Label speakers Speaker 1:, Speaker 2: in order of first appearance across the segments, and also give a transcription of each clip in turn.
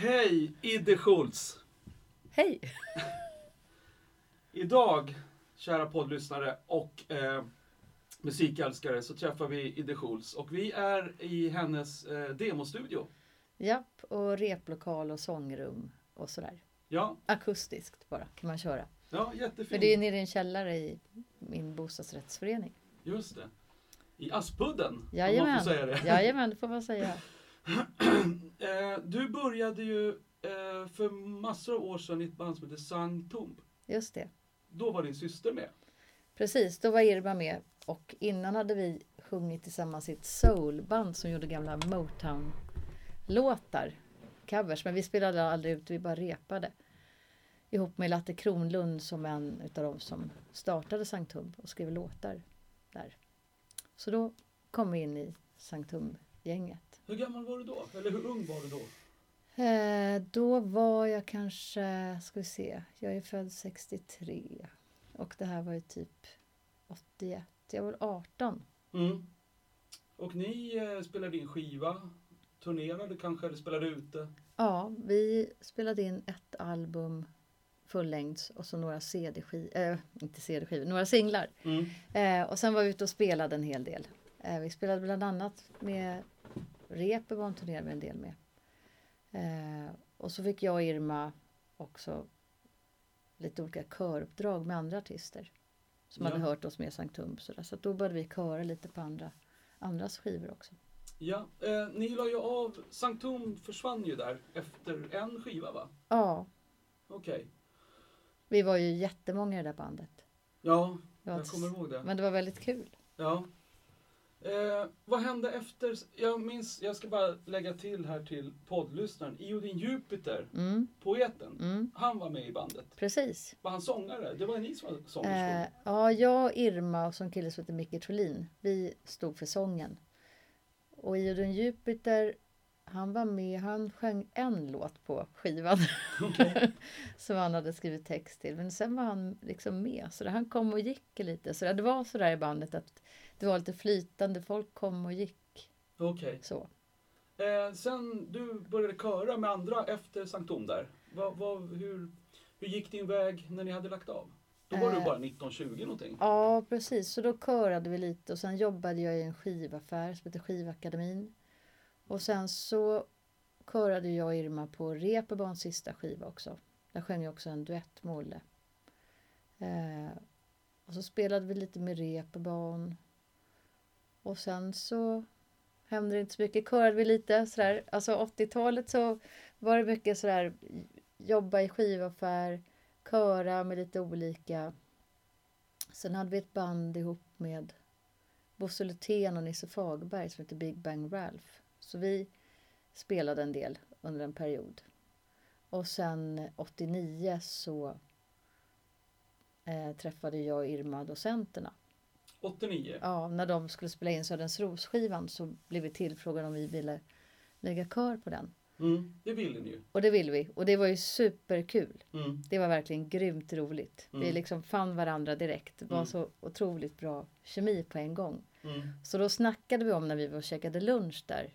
Speaker 1: Hej, Idde Schultz.
Speaker 2: Hej!
Speaker 1: Idag, kära poddlyssnare och eh, musikälskare, så träffar vi Idde Schultz. Och vi är i hennes eh, demostudio.
Speaker 2: Japp, och replokal och sångrum och sådär.
Speaker 1: Ja,
Speaker 2: Akustiskt bara kan man köra.
Speaker 1: ja
Speaker 2: För
Speaker 1: jättefint.
Speaker 2: det är nere i en källare i min bostadsrättsförening.
Speaker 1: Just det. I Aspudden, om man
Speaker 2: Jajamän.
Speaker 1: får säga det.
Speaker 2: Jajamän, det får man säga.
Speaker 1: Eh, du började ju eh, för massor av år sedan i ett band som heter Sang Tump.
Speaker 2: Just det.
Speaker 1: Då var din syster med.
Speaker 2: Precis, då var Irma med. Och innan hade vi sjungit tillsammans i ett soulband som gjorde gamla Motown-låtar. Covers, men vi spelade aldrig ut, vi bara repade. Ihop med Latte Kronlund som en utav de som startade Sankt Hum och skrev låtar där. Så då kom vi in i Sankt Hum-gänget.
Speaker 1: Hur gammal var du då? Eller hur ung var du då?
Speaker 2: Eh, då var jag kanske, ska vi se, jag är född 63 och det här var ju typ 81, jag var väl 18.
Speaker 1: Mm. Och ni eh, spelade in skiva, turnerade kanske, eller spelade ute.
Speaker 2: Ja, vi spelade in ett album fullängds och så några CD-skivor, äh, inte CD-skivor, några singlar. Eh, och sen var vi ute och spelade en hel del. Eh, vi spelade bland annat med Reeper var en turné med en del med. Eh, och så fick jag och Irma också lite olika köruppdrag med andra artister som
Speaker 1: Ja.
Speaker 2: hade hört oss med Sankt Tump. Så, så att då började vi köra lite på andra, andras skivor också.
Speaker 1: Ja, eh, ni la ju av, Sanktum försvann ju där efter en skiva va?
Speaker 2: Ja,
Speaker 1: Okej.
Speaker 2: vi var ju jättemånga i det där bandet.
Speaker 1: Ja,
Speaker 2: Det var
Speaker 1: jag
Speaker 2: ett-
Speaker 1: kommer ihåg det.
Speaker 2: Men det var väldigt kul.
Speaker 1: Ja. Eh, vad hände efter? Jag minns, jag ska bara lägga till här till poddlyssnaren. Iodin Jupiter,
Speaker 2: Mm,
Speaker 1: poeten,
Speaker 2: mm,
Speaker 1: han var med i bandet.
Speaker 2: precis.
Speaker 1: Var han sångare? Det var ni som var sångerskor?
Speaker 2: Eh, ja, jag, Irma och som kille som heter Micke Trolin, vi stod för sången. Och Iodun Jupiter, han var med, han sjöng en låt på skivan
Speaker 1: Okej.
Speaker 2: som han hade skrivit text till. Men sen var han liksom med, så där, han kom och gick lite. Så det var så där i bandet att det var lite flytande, folk kom och gick.
Speaker 1: Okej.
Speaker 2: Så.
Speaker 1: Eh, sen du började köra med andra efter Sanktum där. Vad, vad, hur, hur gick din väg när ni hade lagt av? Då var du
Speaker 2: Eh.
Speaker 1: bara 19-20 någonting.
Speaker 2: Ja, precis. Så då körade vi lite och sen jobbade jag i en skivaffär som heter Skivakademin. Och sen så körade jag och Irma på Reeperbahns sista skiva också. Där sjöng jag också en duett med Olle. Eh, och så spelade vi lite med Reeperbahn. Och sen så hände det inte så mycket. Körade vi lite sådär. Alltså 80-talet så var det mycket sådär jobba i skivaffär, köra med lite olika. Sen hade vi ett band ihop med Bosse Lutén och Nisse Fagberg som heter Big Bang Ralph. Så vi spelade en del under en period. Och sen 89 så eh, träffade jag och Irma docenterna.
Speaker 1: 89.
Speaker 2: Ja, när de skulle spela in Söderens så blev vi tillfrågade om vi ville lägga kör på den.
Speaker 1: Mm. Det ville ni ju.
Speaker 2: Och det ville vi. Och det var ju superkul.
Speaker 1: Mm.
Speaker 2: Det var verkligen grymt roligt.
Speaker 1: Mm.
Speaker 2: Vi liksom fann varandra direkt. Det var
Speaker 1: Mm.
Speaker 2: så otroligt bra kemi på en gång.
Speaker 1: Mm.
Speaker 2: Så då snackade vi om när vi var och käkade lunch där,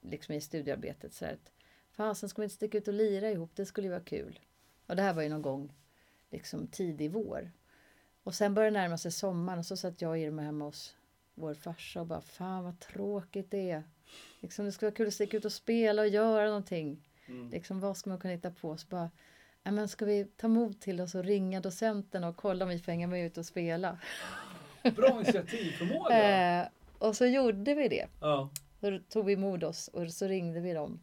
Speaker 2: liksom i studiearbetet, så här att fasen ska vi inte sticka ut och lira ihop, det skulle ju vara kul. Och det här var ju någon gång liksom tidig vår. Och sen började det närma sig sommaren och så satt jag och Irma hemma hos vår farsa och bara fan vad tråkigt det är. Liksom, det skulle vara kul att sticka ut och spela och göra någonting.
Speaker 1: Mm.
Speaker 2: Liksom, vad ska man kunna hitta på? Så bara, "Nej, men ska vi ta mod till oss och ringa docenten och kolla om vi får hänga med ut och spela?
Speaker 1: Bra initiativförmåga.
Speaker 2: Eh, och så gjorde vi det.
Speaker 1: ja.
Speaker 2: Då tog vi mod oss och så ringde vi dem.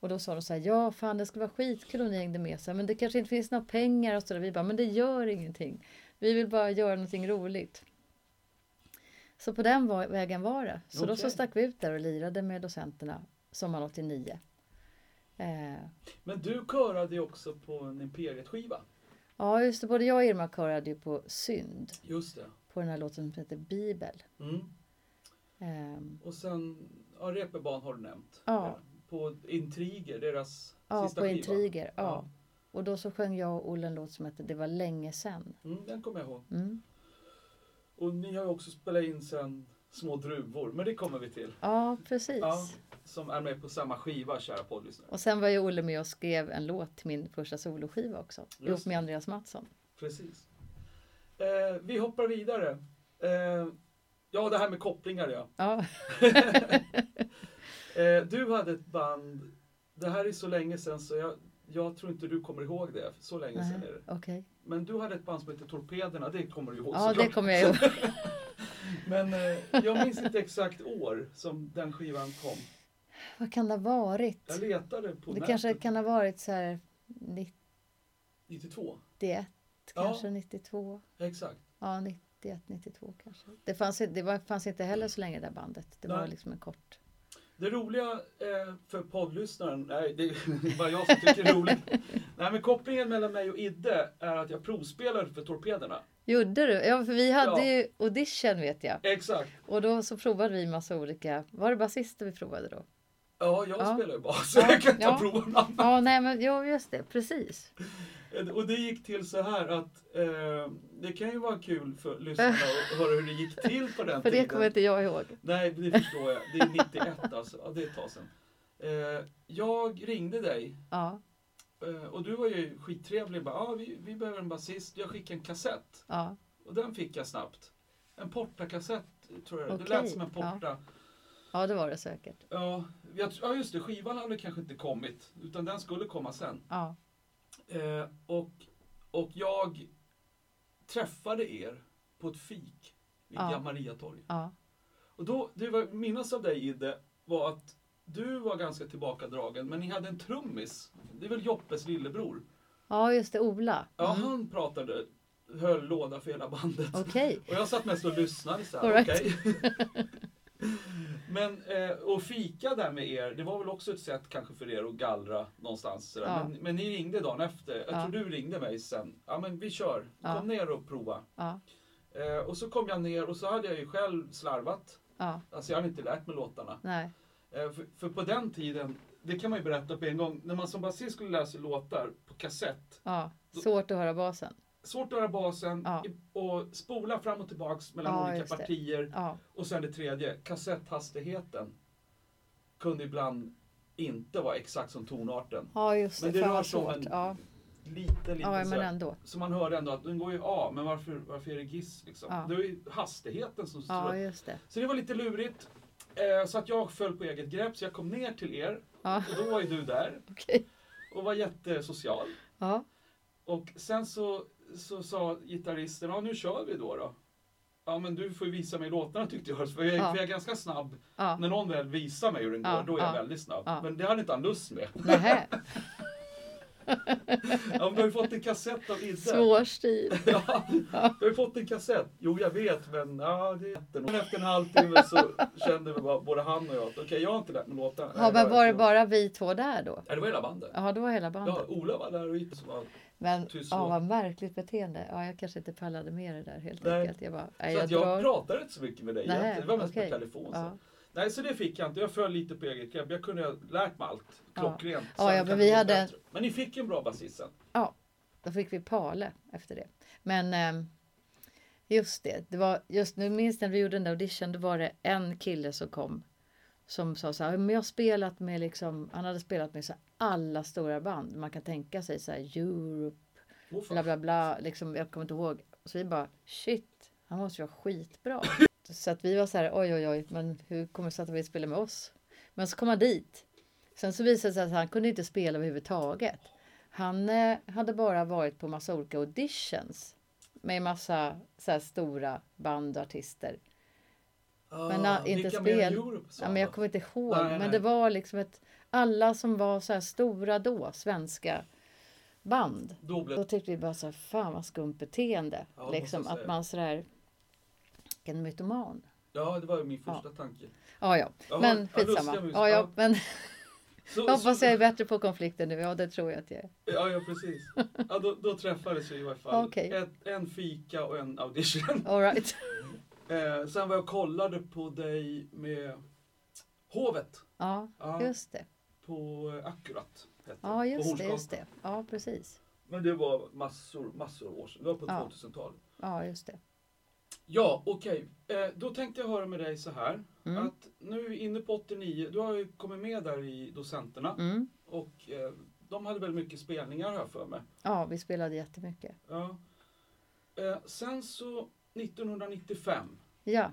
Speaker 2: Och då sa de så här, ja fan det skulle vara skitkul om ni hängde med så här, men det kanske inte finns några pengar och så där. Vi bara, men det gör ingenting. Vi vill bara göra någonting roligt. Så på den va- vägen var det. Så då så
Speaker 1: Okej.
Speaker 2: stack vi ut där och lirade med docenterna sommaren 89. Eh,
Speaker 1: Men du körade ju också på en Imperiet-skiva.
Speaker 2: ja just det, både jag och Irma körade ju på synd.
Speaker 1: Just det.
Speaker 2: På den här låten som heter Bibel.
Speaker 1: Mm.
Speaker 2: Ehm,
Speaker 1: Och sen, ja, Reeperbahn har du nämnt.
Speaker 2: Ja.
Speaker 1: På Intriger, deras
Speaker 2: ja,
Speaker 1: sista
Speaker 2: på
Speaker 1: skiva.
Speaker 2: Intriger. Ja. Och då så sjöng jag och Olle en låt som hette Det var länge sen.
Speaker 1: Mm, den kommer jag ihåg.
Speaker 2: Mm.
Speaker 1: Och ni har ju också spelat in sen små druvor, men det kommer vi till.
Speaker 2: Ja, precis.
Speaker 1: Ja. Som är med på samma skiva, kära poddlyssnare.
Speaker 2: Och sen var ju Olle med och skrev en låt till min första soloskiva också. ihop
Speaker 1: det.
Speaker 2: med Andreas Mattsson.
Speaker 1: Precis. Eh, vi hoppar vidare. Eh, ja, det här med kopplingar ja.
Speaker 2: Ja,
Speaker 1: Eh, du hade ett band, det här är så länge sedan så jag, jag tror inte du kommer ihåg det, så länge
Speaker 2: Nej.
Speaker 1: sedan är det.
Speaker 2: okej.
Speaker 1: Men du hade ett band som hette Torpederna, det kommer du ihåg
Speaker 2: Ja, det
Speaker 1: såklart.
Speaker 2: kommer jag ihåg.
Speaker 1: Men eh, jag minns inte exakt år som den skivan kom.
Speaker 2: Vad kan det ha varit?
Speaker 1: Jag letade på
Speaker 2: Det
Speaker 1: nätet,
Speaker 2: kanske kan ha varit så här
Speaker 1: 92.
Speaker 2: 91,
Speaker 1: Ja.
Speaker 2: kanske 92.
Speaker 1: Exakt.
Speaker 2: Ja, 91, 92 kanske. Det fanns, i- det var, fanns inte heller så länge det där bandet. Det var
Speaker 1: Nej.
Speaker 2: liksom en kort.
Speaker 1: Det roliga eh, för poddlyssnaren, nej det är bara jag som tycker det är roligt. Nej men kopplingen mellan mig och Idde är att jag provspelade för Torpederna.
Speaker 2: Gjorde du? Ja, för vi hade
Speaker 1: Ja.
Speaker 2: ju audition vet jag.
Speaker 1: Exakt.
Speaker 2: Och då så provade vi massa olika. Var det basister vi provade då?
Speaker 1: Ja, jag
Speaker 2: Ja.
Speaker 1: spelar ju bas, så
Speaker 2: Ja,
Speaker 1: jag kan ta
Speaker 2: ja.
Speaker 1: proverna.
Speaker 2: Ja, nej, men ja, just det. Precis.
Speaker 1: Eh, Och det gick till så här att eh, det kan ju vara kul för lyssnarna att höra hur det gick till på den
Speaker 2: För det
Speaker 1: tiden.
Speaker 2: kommer inte jag ihåg.
Speaker 1: Nej, det förstår jag. Det är 91 alltså. Ja, det är ett tag sedan. Eh, jag ringde dig
Speaker 2: Ja,
Speaker 1: eh, och du var ju skittrevlig. Bara, ah, vi, vi behöver en basist. Jag skickade en kassett
Speaker 2: ja,
Speaker 1: och den fick jag snabbt. En portakassett tror jag. Det
Speaker 2: Okej,
Speaker 1: lät som en
Speaker 2: ja.
Speaker 1: porta.
Speaker 2: ja, det var det säkert.
Speaker 1: Ja. jag tr- ja, just det. Skivan hade kanske inte kommit utan den skulle komma sen.
Speaker 2: Ja,
Speaker 1: Eh, och, och jag träffade er på ett fik vid
Speaker 2: Ja.
Speaker 1: ja. Mariatorg.
Speaker 2: ja,
Speaker 1: Och då, det var minnas av dig Idde var att du var ganska tillbakadragen, men ni hade en trummis. Det är väl Joppes lillebror?
Speaker 2: ja, just det. Ola.
Speaker 1: Ja,
Speaker 2: Mm.
Speaker 1: han pratade, höll låda för hela bandet.
Speaker 2: Okej,
Speaker 1: Och jag satt mest och lyssnade så
Speaker 2: All
Speaker 1: här,
Speaker 2: right.
Speaker 1: okej. Men, eh, och fika där med er, det var väl också ett sätt kanske för er att gallra någonstans. Sådär.
Speaker 2: Ja.
Speaker 1: Men, men ni ringde dagen efter, jag
Speaker 2: Ja.
Speaker 1: tror du ringde mig sen. Ja men vi kör, kom
Speaker 2: Ja.
Speaker 1: ner och prova.
Speaker 2: ja,
Speaker 1: Eh, och så kom jag ner och så hade jag ju själv slarvat.
Speaker 2: ja,
Speaker 1: Alltså jag hade inte lärt mig låtarna.
Speaker 2: nej,
Speaker 1: Eh, för, för på den tiden, det kan man ju berätta på en gång, när man som basist skulle lära sig låtar på kassett
Speaker 2: ja. Svårt att höra basen.
Speaker 1: Svårt att höra basen
Speaker 2: Ja.
Speaker 1: i- och spola fram och tillbaks mellan
Speaker 2: Ja, just
Speaker 1: olika
Speaker 2: det.
Speaker 1: partier.
Speaker 2: Ja,
Speaker 1: Och sen det tredje, kassetthastigheten kunde ibland inte vara exakt som tonarten.
Speaker 2: ja just det.
Speaker 1: Men det
Speaker 2: Fan
Speaker 1: rör
Speaker 2: vad
Speaker 1: sig om
Speaker 2: svårt.
Speaker 1: en-
Speaker 2: Ja,
Speaker 1: Lite, lite
Speaker 2: ja, men
Speaker 1: så. här.
Speaker 2: ändå.
Speaker 1: Så man hörde ändå att den går ju av, men varför, varför är det giss liksom?
Speaker 2: Ja.
Speaker 1: Det är ju hastigheten som
Speaker 2: Ja,
Speaker 1: strök.
Speaker 2: just det.
Speaker 1: Så det var lite lurigt. Eh, så att jag föll på eget grepp, så jag kom ner till er.
Speaker 2: Ja,
Speaker 1: Och då var ju du där
Speaker 2: okej.
Speaker 1: och var jättesocial.
Speaker 2: Ja,
Speaker 1: Och sen så, så sa gitarristen, ja nu kör vi då då. Ja men du får ju visa mig låtarna tyckte jag, för jag,
Speaker 2: Ja.
Speaker 1: för jag är ganska snabb
Speaker 2: ja.
Speaker 1: När någon väl visar mig hur den går,
Speaker 2: Ja,
Speaker 1: då är jag
Speaker 2: ja,
Speaker 1: väldigt snabb.
Speaker 2: ja.
Speaker 1: Men det hade inte han lust med.
Speaker 2: Nähä,
Speaker 1: Ja, men du har ju fått en kassett av Idde.
Speaker 2: svår stil.
Speaker 1: Ja, du har ju fått en kassett. Jo, jag vet, men ja, det är jätten. Men efter en halvtimme så kände vi bara, både han och jag, att okej, jag har inte lärt mig låtarna.
Speaker 2: Ja,
Speaker 1: Nej,
Speaker 2: men var det
Speaker 1: jag-
Speaker 2: bara vi två där då?
Speaker 1: Ja, det var hela bandet.
Speaker 2: Ja, det var hela bandet.
Speaker 1: Ja, Ola var där och Idde som var...
Speaker 2: Men
Speaker 1: Tyst
Speaker 2: ja,
Speaker 1: låt.
Speaker 2: vad märkligt beteende. Ja, jag kanske inte pallade med det där helt
Speaker 1: Nej.
Speaker 2: enkelt. Jag bara, nej,
Speaker 1: Så
Speaker 2: jag
Speaker 1: att jag
Speaker 2: drar.
Speaker 1: pratade inte så mycket med dig
Speaker 2: Nej,
Speaker 1: egentligen. Det var mest
Speaker 2: okej.
Speaker 1: på telefon. Så.
Speaker 2: Ja.
Speaker 1: Nej, så det fick jag inte. Jag föll lite på eget grepp. Jag kunde ha lärt mig allt
Speaker 2: Ja.
Speaker 1: klockrent. Sen
Speaker 2: Ja, ja, men
Speaker 1: kan
Speaker 2: vi
Speaker 1: det gå
Speaker 2: hade-
Speaker 1: bättre. Men ni fick en bra basist sen.
Speaker 2: Då fick vi Pale efter det. Men ehm, just det, det var just nu minns när vi gjorde den där audition, då var det en kille som kom som sa så här, men jag har spelat med liksom, han hade spelat med så här alla stora band man kan tänka sig så här Europe,
Speaker 1: Åh, fan.
Speaker 2: bla bla bla, liksom, jag kommer inte ihåg. Så vi bara, shit, han måste ju vara skitbra. Så att vi var så här, oj oj oj, men hur kommer det sig att han vill spela med oss? Men så kom han dit. Sen så visade det sig att han kunde inte spela överhuvudtaget. Han eh, hade bara varit på massa olika auditions med massa så här stora band och artister. Men,
Speaker 1: Ah,
Speaker 2: ah, inte
Speaker 1: vilka mer
Speaker 2: spel.
Speaker 1: Europe, sa
Speaker 2: Ja,
Speaker 1: han
Speaker 2: men
Speaker 1: då.
Speaker 2: jag kommer inte ihåg,
Speaker 1: Nej, nej.
Speaker 2: men det var liksom ett, alla som var så här stora då, svenska band.
Speaker 1: Då blev
Speaker 2: Då tyckte vi bara så här, fan vad skumt beteende.
Speaker 1: Ja, det måste
Speaker 2: liksom
Speaker 1: jag
Speaker 2: att
Speaker 1: säga.
Speaker 2: man sådär, vilken mytoman.
Speaker 1: Ja, det var ju min första tanke.
Speaker 2: Ja, ja,
Speaker 1: Jaha, ja,
Speaker 2: men
Speaker 1: lustiga
Speaker 2: skitsamma.
Speaker 1: mus.
Speaker 2: Ja, ja, men
Speaker 1: Så,
Speaker 2: jag hoppas
Speaker 1: så,
Speaker 2: jag är bättre på konflikter nu. Ja, det tror jag att jag är.
Speaker 1: Ja, ja precis. Ja, då, då träffades vi i varje fall.
Speaker 2: Okej.
Speaker 1: Ett, en fika och en audition.
Speaker 2: All right.
Speaker 1: Eh, sen var jag och kollade på dig med Hovet.
Speaker 2: Ja,
Speaker 1: Ja,
Speaker 2: just det.
Speaker 1: På eh, Akkurat. Hette
Speaker 2: Ja,
Speaker 1: det, på
Speaker 2: just det, just
Speaker 1: Hornsgatan.
Speaker 2: det. Ja, precis.
Speaker 1: Men det var massor, massor av år sedan. Det var på
Speaker 2: Ja.
Speaker 1: 2000-talet.
Speaker 2: Ja, just det.
Speaker 1: Ja, okej. Eh, då tänkte jag höra med dig så här.
Speaker 2: Mm.
Speaker 1: Att nu är vi inne på 89, du har ju kommit med där i docenterna
Speaker 2: Mm.
Speaker 1: och eh, de hade väl mycket spelningar har jag för mig.
Speaker 2: Ja, vi spelade jättemycket.
Speaker 1: Ja. Eh, sen så 1995,
Speaker 2: Ja,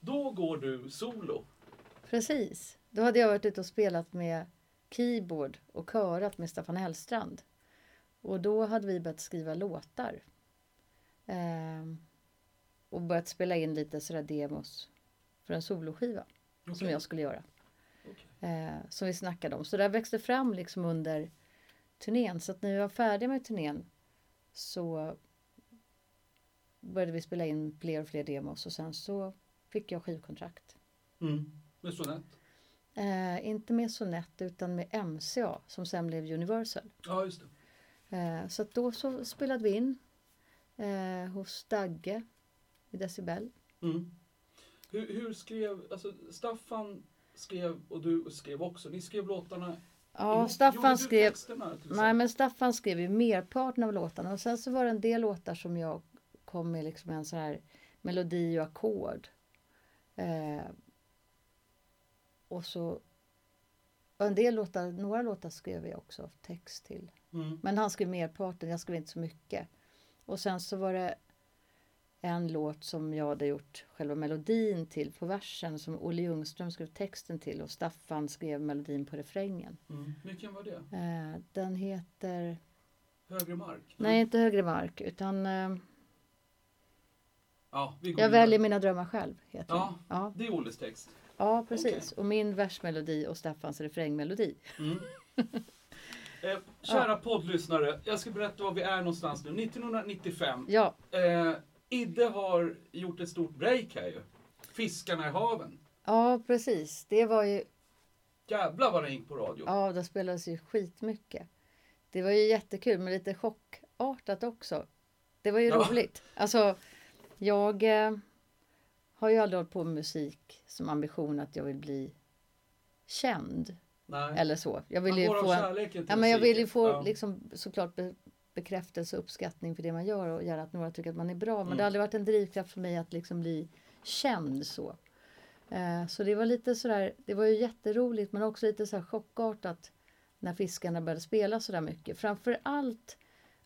Speaker 1: då går du solo.
Speaker 2: precis. Då hade jag varit ute och spelat med keyboard och körat med Staffan Hellstrand. Och då hade vi börjat skriva låtar. Ehm, och börjat spela in lite sådär demos för en soloskiva som
Speaker 1: Okej.
Speaker 2: jag skulle göra.
Speaker 1: Okej.
Speaker 2: eh, som vi snackade om. Så det här växte fram liksom under turnén. Så att när vi var färdiga med turnén så började vi spela in fler och fler demos och sen så fick jag skivkontrakt.
Speaker 1: Mm. Med sonett.
Speaker 2: Eh, inte med Sonett utan med MCA som sen blev Universal.
Speaker 1: Ja, just det.
Speaker 2: Eh, så att då så spelade vi in eh, hos Dagge i Decibel.
Speaker 1: Mm. Hur, hur skrev, alltså Staffan skrev och du skrev också, ni skrev låtarna.
Speaker 2: Ja,
Speaker 1: ihop. Gjorde
Speaker 2: Staffan
Speaker 1: du
Speaker 2: skrev
Speaker 1: Texterna, till
Speaker 2: Nej,
Speaker 1: exempel?
Speaker 2: men Staffan skrev ju merparten av låtarna och sen så var det en del låtar som jag kom med liksom en sån här melodi och ackord. Eh, och så och en del låtar, några låtar skrev jag också text till.
Speaker 1: Mm.
Speaker 2: Men han skrev merparten, jag skrev inte så mycket. Och sen så var det en låt som jag hade gjort själva melodin till på versen som Olle Ljungström skrev texten till och Staffan skrev melodin på refrängen.
Speaker 1: Mm. Vilken var det?
Speaker 2: Eh, den heter
Speaker 1: Högre mark?
Speaker 2: Nej, inte högre mark, utan eh,
Speaker 1: Ja, vi går
Speaker 2: Jag
Speaker 1: vidare.
Speaker 2: väljer mina drömmar själv. Heter
Speaker 1: Ja.
Speaker 2: den. Ja.
Speaker 1: Det är Olles text.
Speaker 2: ja, precis. Och min versmelodi och Staffans refrängmelodi.
Speaker 1: Mm. Eh, kära poddlyssnare, jag ska berätta var vi är någonstans nu. 1995.
Speaker 2: Ja,
Speaker 1: Eh, Idde har gjort ett stort break här ju. Fiskarna i haven.
Speaker 2: ja precis. Det var ju,
Speaker 1: Jävlar vad den gick på radio.
Speaker 2: ja, det spelades ju skitmycket. Det var ju jättekul, men lite chockartat också. Det var ju
Speaker 1: Ja.
Speaker 2: roligt. Alltså, jag eh, har ju aldrig hållit på med musik som ambition att jag vill bli känd
Speaker 1: Nej.
Speaker 2: eller så. Jag vill
Speaker 1: Man
Speaker 2: ju
Speaker 1: går
Speaker 2: få
Speaker 1: av
Speaker 2: en,
Speaker 1: kärleken till
Speaker 2: Ja, men jag vill
Speaker 1: musiken.
Speaker 2: ju få
Speaker 1: Ja.
Speaker 2: liksom, såklart be bekräftelse och uppskattning för det man gör och gärna att några tycker att man är bra. Men
Speaker 1: Mm.
Speaker 2: det har aldrig varit en drivkraft för mig att liksom bli känd så. Eh, så det var lite sådär, det var ju jätteroligt men också lite så här chockartat när fiskarna började spela sådär mycket. Framför allt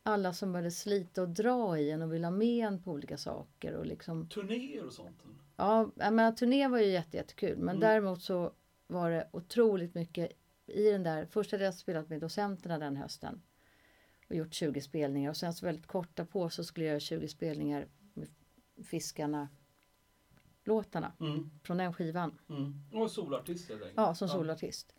Speaker 2: alla som började slita och dra i en och ville ha med en på olika saker och liksom
Speaker 1: Turnéer och sånt.
Speaker 2: Ja, jag menar, turnén var ju jätte, jättekul, men
Speaker 1: Mm.
Speaker 2: däremot så var det otroligt mycket i den där. Först hade jag spelat med docenterna den hösten och gjort 20 spelningar och sen så väldigt korta på så skulle jag göra 20 spelningar med Fiskarna låtarna
Speaker 1: Mm.
Speaker 2: från den skivan.
Speaker 1: Mm. Och solartist helt enkelt.
Speaker 2: Ja, som solartist.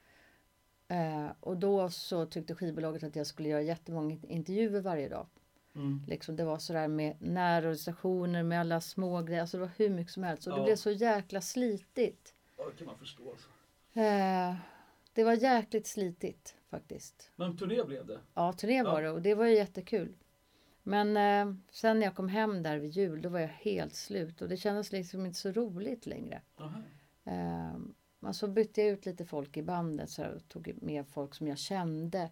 Speaker 2: Eh, och då så tyckte skivbolaget att jag skulle göra jättemånga intervjuer varje dag.
Speaker 1: Mm.
Speaker 2: Liksom det var sådär med närorganisationer med alla små grejer. Alltså det var hur mycket som helst. Och det
Speaker 1: Ja.
Speaker 2: blev så jäkla slitigt.
Speaker 1: Ja, det kan man förstå. Alltså.
Speaker 2: Eh, det var jäkligt slitigt faktiskt.
Speaker 1: Men turné blev det.
Speaker 2: Ja, turné var
Speaker 1: Ja.
Speaker 2: det och det var ju jättekul. Men eh, sen när jag kom hem där vid jul då var jag helt slut och det kändes liksom inte så roligt längre.
Speaker 1: Aha.
Speaker 2: Eh, men så bytte jag ut lite folk i bandet så jag tog med folk som jag kände.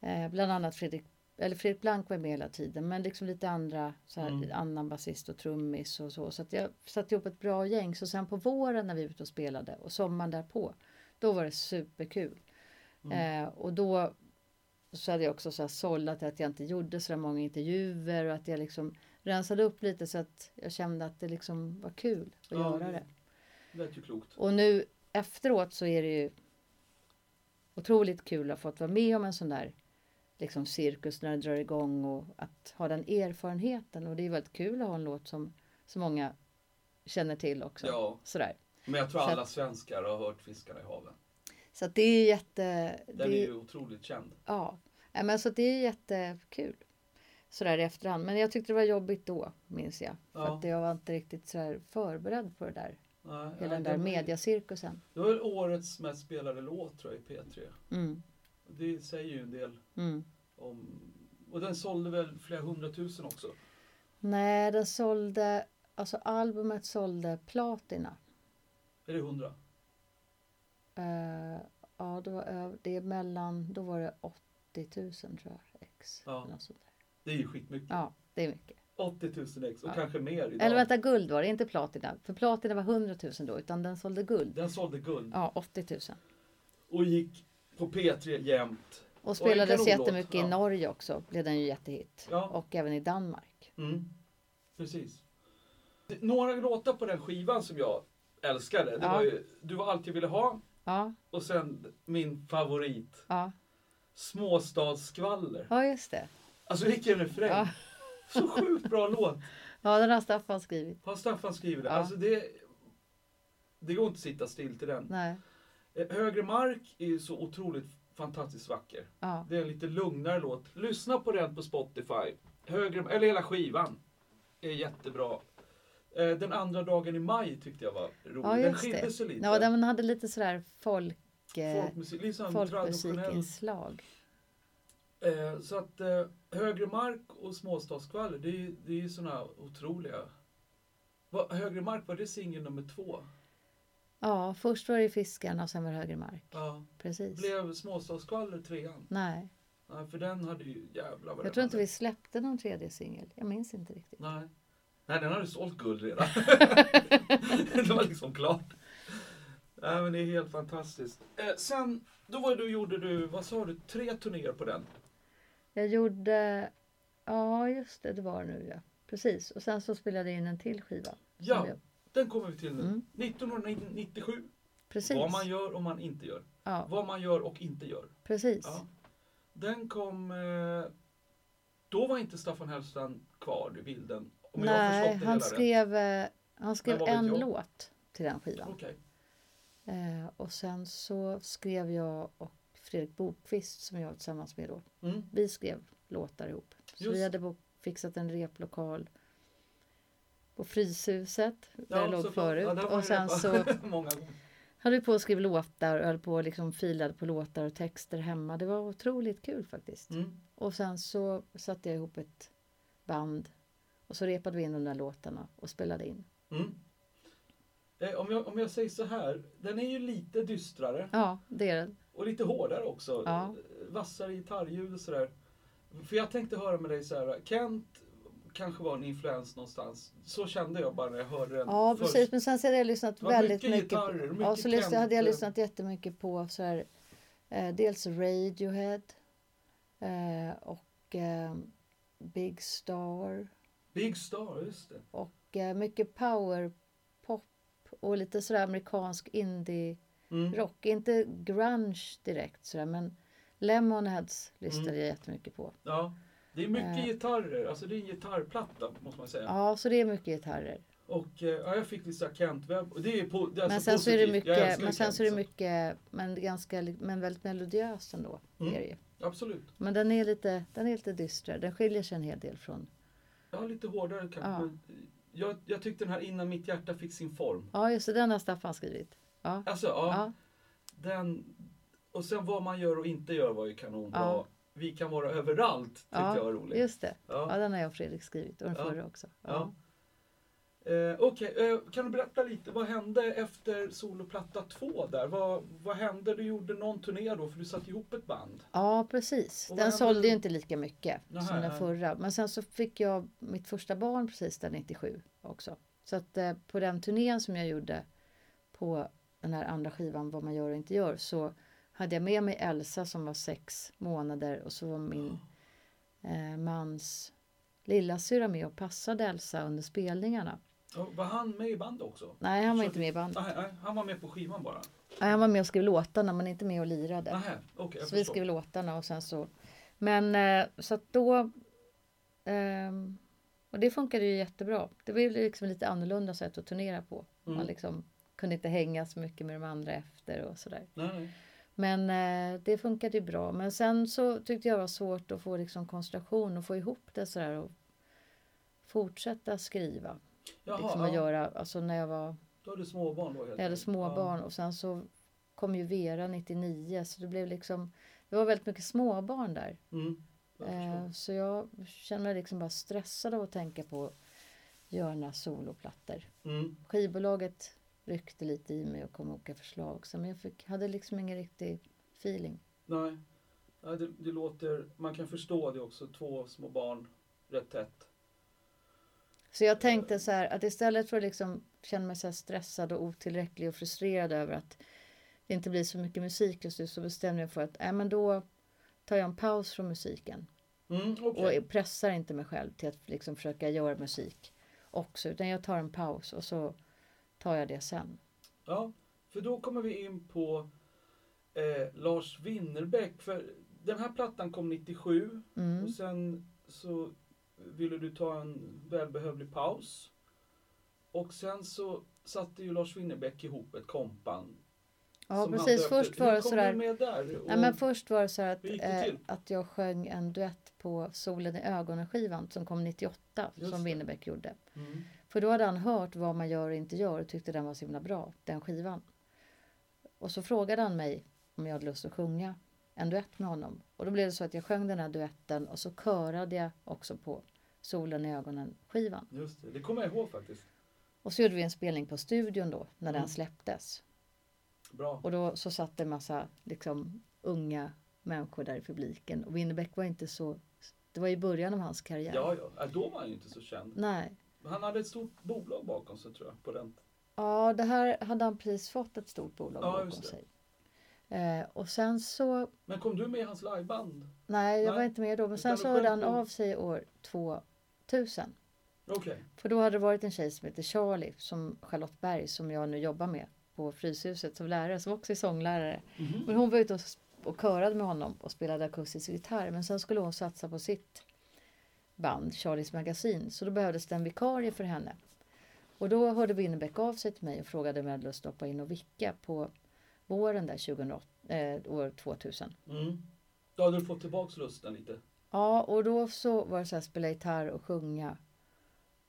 Speaker 2: Eh, bland annat Fredrik, eller Fredrik Blank var med hela tiden men liksom lite andra, så här,
Speaker 1: Mm.
Speaker 2: annan basist och trummis och så. Så att jag satte ihop ett bra gäng. Så sen på våren när vi var ute och spelade och sommaren därpå, då var det superkul.
Speaker 1: Mm.
Speaker 2: Eh, och då så hade jag också så här sållat att jag inte gjorde så där många intervjuer och att jag liksom rensade upp lite så att jag kände att det liksom var kul att
Speaker 1: Ja,
Speaker 2: göra
Speaker 1: det-
Speaker 2: det.
Speaker 1: Det lät ju klokt.
Speaker 2: Och nu efteråt så är det ju otroligt kul att ha fått vara med om en sån där liksom cirkus när den drar igång och att ha den erfarenheten. Och det är väldigt kul att ha en låt som så många känner till också.
Speaker 1: Ja,
Speaker 2: Sådär.
Speaker 1: men jag tror
Speaker 2: Så att-
Speaker 1: alla svenskar har hört Fiskarna i haven.
Speaker 2: Så att det är jätte...
Speaker 1: Den
Speaker 2: det,
Speaker 1: är ju otroligt känd.
Speaker 2: Ja, Nej, men så det är jättekul. Sådär i efterhand. Men jag tyckte det var jobbigt då, minns jag. För
Speaker 1: Ja.
Speaker 2: att jag var inte riktigt sådär förberedd på det där.
Speaker 1: Nej,
Speaker 2: Hela den
Speaker 1: det
Speaker 2: där
Speaker 1: var ju-
Speaker 2: mediacirkusen.
Speaker 1: Det var väl årets mest spelade låt tror jag i P3.
Speaker 2: Mm,
Speaker 1: Det säger ju en del
Speaker 2: mm.
Speaker 1: om... Och den sålde väl flera hundratusen också?
Speaker 2: Nej, den sålde, alltså albumet sålde platina.
Speaker 1: Är det hundra?
Speaker 2: Eh, ja, det var över, det är mellan, då var det 80 000 tror jag. Ex,
Speaker 1: Ja.
Speaker 2: eller något sånt där.
Speaker 1: Det är ju skitmycket.
Speaker 2: ja, det är mycket.
Speaker 1: 80 000 ex och
Speaker 2: Ja.
Speaker 1: kanske mer idag.
Speaker 2: Eller vänta, guld var det, inte platina. För platina var 100 000 då, utan den sålde guld.
Speaker 1: Den sålde guld
Speaker 2: Ja, 80 000.
Speaker 1: och gick på P3 jämt.
Speaker 2: Och
Speaker 1: en
Speaker 2: spelades
Speaker 1: kanonlåt,
Speaker 2: jättemycket
Speaker 1: ja.
Speaker 2: i Norge också, blev den ju jättehit.
Speaker 1: Ja.
Speaker 2: Och även i Danmark.
Speaker 1: Mm. Precis. Några låtar på den skivan som jag älskade, det
Speaker 2: Ja.
Speaker 1: var ju Du var allt jag ville ha
Speaker 2: Ja,
Speaker 1: och sen min favorit,
Speaker 2: ja,
Speaker 1: Småstadsskvaller.
Speaker 2: ja just det.
Speaker 1: Alltså vilken refräng!
Speaker 2: Ja,
Speaker 1: Så sjukt bra låt!
Speaker 2: ja den har Staffan skrivit.
Speaker 1: Har Staffan skrivit det?
Speaker 2: Ja.
Speaker 1: Alltså det, det går inte att sitta still till den.
Speaker 2: Nej,
Speaker 1: Eh, Högre mark är ju så otroligt fantastiskt vacker.
Speaker 2: ja,
Speaker 1: Det är en lite lugnare låt. Lyssna på den på Spotify. Högre, eller hela skivan. Är jättebra. Eh, Den andra dagen i maj tyckte jag var rolig.
Speaker 2: Ja,
Speaker 1: den
Speaker 2: just
Speaker 1: skilde sig lite.
Speaker 2: ja den hade lite sådär folk, eh,
Speaker 1: Folkmusik, liksom traditionell.
Speaker 2: folkmusikinslag.
Speaker 1: Eh, Så att eh, Högre mark och Småstadsskvaller, det är ju- det är ju sådana otroliga. Va, högre mark, var det singel nummer två?
Speaker 2: Ja, först var det Fiskarna och sen var det Högre mark.
Speaker 1: Ja.
Speaker 2: Precis.
Speaker 1: Blev Småstadsskvaller trean?
Speaker 2: Nej,
Speaker 1: Nej, för den hade ju jävla vad
Speaker 2: jag
Speaker 1: den
Speaker 2: tror inte
Speaker 1: hade.
Speaker 2: vi släppte någon tredje singel. Jag minns inte riktigt.
Speaker 1: Nej. Nej, den hade sålt guld redan. det var liksom klart. Nej, men det är helt fantastiskt. Eh, sen, då var du, gjorde du, vad sa du, tre turnéer på den?
Speaker 2: Jag gjorde, ja just det, det var det nu ja. Precis, och sen så spelade jag in en till skiva. som
Speaker 1: Ja,
Speaker 2: jag-
Speaker 1: den kommer vi till nu.
Speaker 2: Mm.
Speaker 1: 1997,
Speaker 2: Precis.
Speaker 1: vad man gör och man inte gör.
Speaker 2: Ja,
Speaker 1: Vad man gör och inte gör.
Speaker 2: precis.
Speaker 1: Ja. Den kom... Eh, då var inte Staffan Hellstrand kvar i bilden. Om jag har
Speaker 2: Nej,
Speaker 1: förstått det
Speaker 2: han
Speaker 1: hela
Speaker 2: skrev, eh, han
Speaker 1: Men
Speaker 2: skrev
Speaker 1: vad vet
Speaker 2: en
Speaker 1: jag?
Speaker 2: låt till den skivan.
Speaker 1: rätt. Okej.
Speaker 2: Eh, och sen så skrev jag och Fredrik Bokvist som jag var tillsammans med då.
Speaker 1: Mm.
Speaker 2: Vi skrev låtar ihop. Så
Speaker 1: Just.
Speaker 2: vi hade bo- fixat en replokal på Fryshuset där jag låg
Speaker 1: så- ja,
Speaker 2: förut.
Speaker 1: där var
Speaker 2: och
Speaker 1: ju
Speaker 2: sen
Speaker 1: det.
Speaker 2: så
Speaker 1: Många gånger.
Speaker 2: höll vi på och skrev låtar och höll på och liksom filade på låtar och texter hemma. Det var otroligt kul faktiskt.
Speaker 1: Mm.
Speaker 2: Och sen så satte jag ihop ett band och så repade vi in de där låtarna och spelade in.
Speaker 1: Mm. Eh, om, jag, om jag säger så här, den är ju lite dystrare
Speaker 2: Ja, det är den.
Speaker 1: och lite hårdare också.
Speaker 2: Ja.
Speaker 1: Eh, Vassare gitarrljud och sådär. För jag tänkte höra med dig så här, Kent kanske var en influens någonstans. Så kände jag bara när jag hörde den
Speaker 2: Ja,
Speaker 1: först.
Speaker 2: precis. Men sen så hade jag lyssnat
Speaker 1: Det var
Speaker 2: väldigt
Speaker 1: mycket
Speaker 2: mycket. på-
Speaker 1: gitarrer,
Speaker 2: Ja,
Speaker 1: mycket
Speaker 2: så lyssnade, hade jag
Speaker 1: Kent, eh,
Speaker 2: lyssnat jättemycket på så här, eh, dels Radiohead eh, och eh, Big Star
Speaker 1: Big Star, just det.
Speaker 2: och eh, mycket powerpop och lite sådär amerikansk indie
Speaker 1: Mm.
Speaker 2: rock, inte grunge direkt sådär, men Lemonheads lyssnade
Speaker 1: Mm.
Speaker 2: jag jättemycket på.
Speaker 1: Ja, det är mycket
Speaker 2: Eh.
Speaker 1: gitarrer. Alltså det är en gitarrplatta måste man säga.
Speaker 2: Ja, så det är mycket gitarrer.
Speaker 1: Och eh, ja, jag fick lite såhär Kent-webb. Och det är på, det är
Speaker 2: men
Speaker 1: alltså
Speaker 2: sen så är det
Speaker 1: positivt. Jag
Speaker 2: mycket,
Speaker 1: älskar
Speaker 2: men sen
Speaker 1: Kent,
Speaker 2: så är det mycket, men ganska, li- men väldigt melodiöst ändå.
Speaker 1: Mm.
Speaker 2: Är det ju.
Speaker 1: Absolut.
Speaker 2: Men den är lite, den är lite dystrare. Den skiljer sig en hel del från.
Speaker 1: Ja, lite hårdare kanske.
Speaker 2: Ja.
Speaker 1: men Jag, jag tyckte den här Innan mitt hjärta fick sin form.
Speaker 2: Ja, just det, den har Staffan skrivit. Ja,
Speaker 1: Alltså ja,
Speaker 2: ja,
Speaker 1: den. Och sen vad man gör och inte gör var ju kanonbra.
Speaker 2: Ja.
Speaker 1: Vi kan vara överallt tyckte
Speaker 2: Ja,
Speaker 1: jag var roligt.
Speaker 2: just det.
Speaker 1: Ja.
Speaker 2: Ja, den har jag och Fredrik skrivit och den
Speaker 1: Ja.
Speaker 2: förra också.
Speaker 1: Ja. Eh, Okej, eh, kan du berätta lite, vad hände efter soloplatta två där? Vad, vad hände? Du gjorde någon turné då, för du satte ihop ett band.
Speaker 2: Ja, precis.
Speaker 1: Och vad
Speaker 2: Den
Speaker 1: hände-
Speaker 2: sålde ju inte lika mycket
Speaker 1: Nähä,
Speaker 2: som den
Speaker 1: nej.
Speaker 2: förra. Men sen så fick jag mitt första barn precis där 97 också. Så att eh, på den turnén som jag gjorde på den här andra skivan Vad man gör och inte gör så hade jag med mig Elsa som var sex månader och så var min eh, mans lillasyrra med och passade Elsa under spelningarna.
Speaker 1: Ja, Var han med i band också?
Speaker 2: Nej, han var
Speaker 1: Så
Speaker 2: inte med i bandet.
Speaker 1: Nej, nej, han var med på skivan bara?
Speaker 2: Nej, han var med och skrev låtarna men inte med och lirade.
Speaker 1: Nej, okej, Ah, jag
Speaker 2: Så vi
Speaker 1: förstår.
Speaker 2: skrev låtarna och sen så. Men eh, så att då. ehm, och det funkade ju jättebra. Det var ju liksom lite annorlunda sätt att turnera på. Man
Speaker 1: Mm.
Speaker 2: liksom kunde inte hänga så mycket med de andra efter och sådär.
Speaker 1: Nej, nej.
Speaker 2: Men eh, det funkade ju bra. Men sen så tyckte jag det var svårt att få liksom koncentration och få ihop det sådär och fortsätta skriva.
Speaker 1: Jaha,
Speaker 2: liksom
Speaker 1: ja.
Speaker 2: att göra, alltså när jag var
Speaker 1: då hade du småbarn då? helt
Speaker 2: jag hade
Speaker 1: enkelt.
Speaker 2: småbarn och sen så kom ju Vera 99 så det blev liksom Det var väldigt mycket småbarn där.
Speaker 1: Ja. Mm, jag förstår.
Speaker 2: Eh, så jag kände mig liksom bara stressad av att tänka på att göra några soloplattor.
Speaker 1: Mm.
Speaker 2: Skivbolaget ryckte lite i mig och kom med olika förslag. Så men jag fick, hade liksom ingen riktig feeling.
Speaker 1: Nej, nej det, det låter... Man kan förstå det också. Två små barn rätt tätt.
Speaker 2: Så jag tänkte så här att istället för att liksom känna mig så här stressad och otillräcklig och frustrerad över att det inte blir så mycket musik just nu så bestämde jag för att äh, men då tar jag en paus från musiken
Speaker 1: Mm,
Speaker 2: och
Speaker 1: okej.
Speaker 2: pressar inte mig själv till att liksom försöka göra musik också utan jag tar en paus och så tar jag det sen.
Speaker 1: Ja, för då kommer vi in på eh, Lars Winnerbäck. För den här plattan kom 97
Speaker 2: Mm.
Speaker 1: och sen så ville du ta en välbehövlig paus. Och sen så satte ju Lars Winnerbäck ihop ett kompan.
Speaker 2: Ja
Speaker 1: som han
Speaker 2: precis,
Speaker 1: döpte-
Speaker 2: först var
Speaker 1: Hur
Speaker 2: det
Speaker 1: kom
Speaker 2: sådär
Speaker 1: du med där? Och,
Speaker 2: Nej, men först var det så här att,
Speaker 1: Hur gick det
Speaker 2: eh,
Speaker 1: till?
Speaker 2: att jag sjöng en duett på Solen i ögonen-skivan som kom 98
Speaker 1: Just
Speaker 2: som
Speaker 1: det.
Speaker 2: Winnerbäck gjorde.
Speaker 1: mm.
Speaker 2: För då hade han hört vad man gör och inte gör och tyckte den var så himla bra, den skivan. Och så frågade han mig om jag hade lust att sjunga en duett med honom. Och då blev det så att jag sjöng den här duetten och så körade jag också på Solen i ögonen-skivan.
Speaker 1: Just det, det kommer jag ihåg faktiskt.
Speaker 2: Och så gjorde vi en spelning på studion då, när
Speaker 1: Mm.
Speaker 2: den släpptes.
Speaker 1: Bra.
Speaker 2: Och då så satt det en massa liksom, unga människor där i publiken. Och Winnerbäck var inte så... Det var i början av hans karriär.
Speaker 1: Ja, ja. ja, då var han ju inte så känd.
Speaker 2: Nej.
Speaker 1: Han hade ett stort bolag bakom sig tror jag, på den.
Speaker 2: Ja, det här hade han precis fått ett stort bolag
Speaker 1: Ja,
Speaker 2: bakom
Speaker 1: just det.
Speaker 2: sig. Eh, och sen så...
Speaker 1: Men kom du med i hans liveband?
Speaker 2: Nej, jag
Speaker 1: Nej,
Speaker 2: var inte med då.
Speaker 1: utan
Speaker 2: Men sen
Speaker 1: du
Speaker 2: så
Speaker 1: själv
Speaker 2: hörde han
Speaker 1: kom-
Speaker 2: av sig år 2000.
Speaker 1: Okej.
Speaker 2: För då hade det varit en tjej som heter Charlie, som Charlotte Berg, som jag nu jobbar med på Fryshuset som lärare, som också är sånglärare.
Speaker 1: Mhm.
Speaker 2: Men hon var ute och, och körade med honom och spelade akustisk gitarr. Men sen skulle hon satsa på sitt band, Charlies Magasin. Så då behövdes det en vikarie för henne. Och då hörde Winnerbäck av sig till mig och frågade om jag hade lust att stoppa in och vicka på våren där 2008, eh, år 2000.
Speaker 1: Mm. Då hade du fått tillbaks lusten lite.
Speaker 2: Ja, och då så var det så här, spela gitarr och sjunga.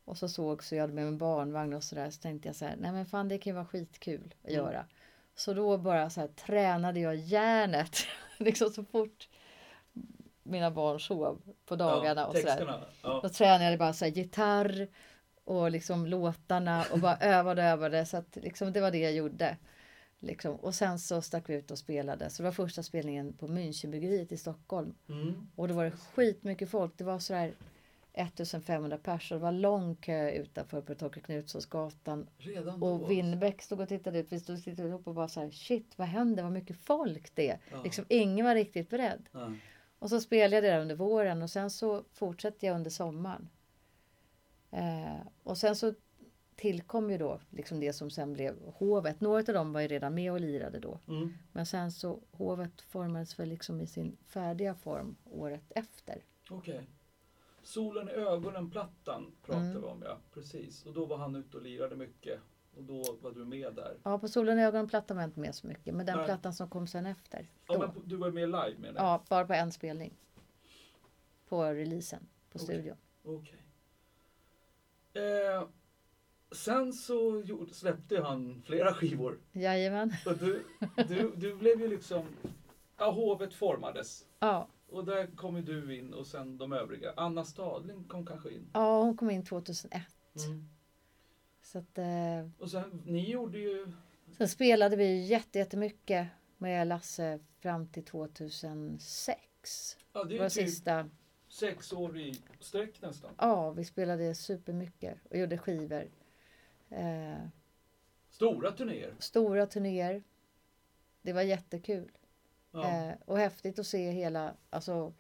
Speaker 2: Och så såg så jag hade med mig en barnvagn och sådär. Så tänkte jag så här, nej men fan det kan ju vara skitkul att
Speaker 1: Mm.
Speaker 2: göra. Så då bara så här tränade jag järnet. liksom så fort mina barn sov på dagarna och sådär.
Speaker 1: texterna. Ja.
Speaker 2: Då tränade jag bara så här gitarr och liksom låtarna och bara övade och övade. Så att liksom det var det jag gjorde. Liksom. Och sen så stack vi ut och spelade. Så det var första spelningen på Münchenbryggeriet i Stockholm.
Speaker 1: Mm.
Speaker 2: Och då var det skitmycket folk. Det var sådär 1500 personer. Det var lång kö utanför på Torkel Knutssonsgatan.
Speaker 1: Redan då. alltså.
Speaker 2: Och Winnerbäck stod och tittade ut. Vi stod och tittade ihop och bara så här, shit vad händer? Vad mycket folk det är.
Speaker 1: Ja.
Speaker 2: Liksom, ingen var riktigt beredd.
Speaker 1: Ja.
Speaker 2: Och så spelade jag det där under våren och sen så fortsatte jag under sommaren. Eh, och sen så tillkom ju då liksom det som sen blev hovet. Några av dem var ju redan med och lirade då.
Speaker 1: Mm.
Speaker 2: Men sen så hovet formades väl liksom i sin färdiga form året efter.
Speaker 1: Okej. Solen i ögonen-plattan pratade
Speaker 2: Mm.
Speaker 1: vi om ja, precis. Och då var han ute och lirade mycket. Och då var du med där.
Speaker 2: Ja, på Solen i ögonen-plattan var jag inte med så mycket, men den
Speaker 1: Nej.
Speaker 2: plattan som kom sen efter.
Speaker 1: Ja,
Speaker 2: Då,
Speaker 1: men du var med live menar jag?
Speaker 2: ja, bara på en spelning. På releasen, på
Speaker 1: Okej.
Speaker 2: studion.
Speaker 1: Okej. Eh, sen så gjorde, släppte han flera skivor.
Speaker 2: Jajamän.
Speaker 1: Och du, du, du blev ju liksom... Ja, hovet formades.
Speaker 2: Ja.
Speaker 1: Och där kom ju du in och sen de övriga. Anna Stadling kom kanske in.
Speaker 2: ja, hon kom in 2001.
Speaker 1: Mm.
Speaker 2: Så att, eh,
Speaker 1: Och sen, ni gjorde ju...
Speaker 2: sen spelade vi ju jätte- jättemycket med Lasse fram till 2006.
Speaker 1: Ja, det är
Speaker 2: Vår
Speaker 1: ju typ
Speaker 2: sista.
Speaker 1: sex år i sträck nästan.
Speaker 2: Ja, vi spelade supermycket och gjorde skivor. Eh,
Speaker 1: Stora turnéer.
Speaker 2: stora turnéer. Det var jättekul.
Speaker 1: Ja.
Speaker 2: Eh, och häftigt att se hela, alltså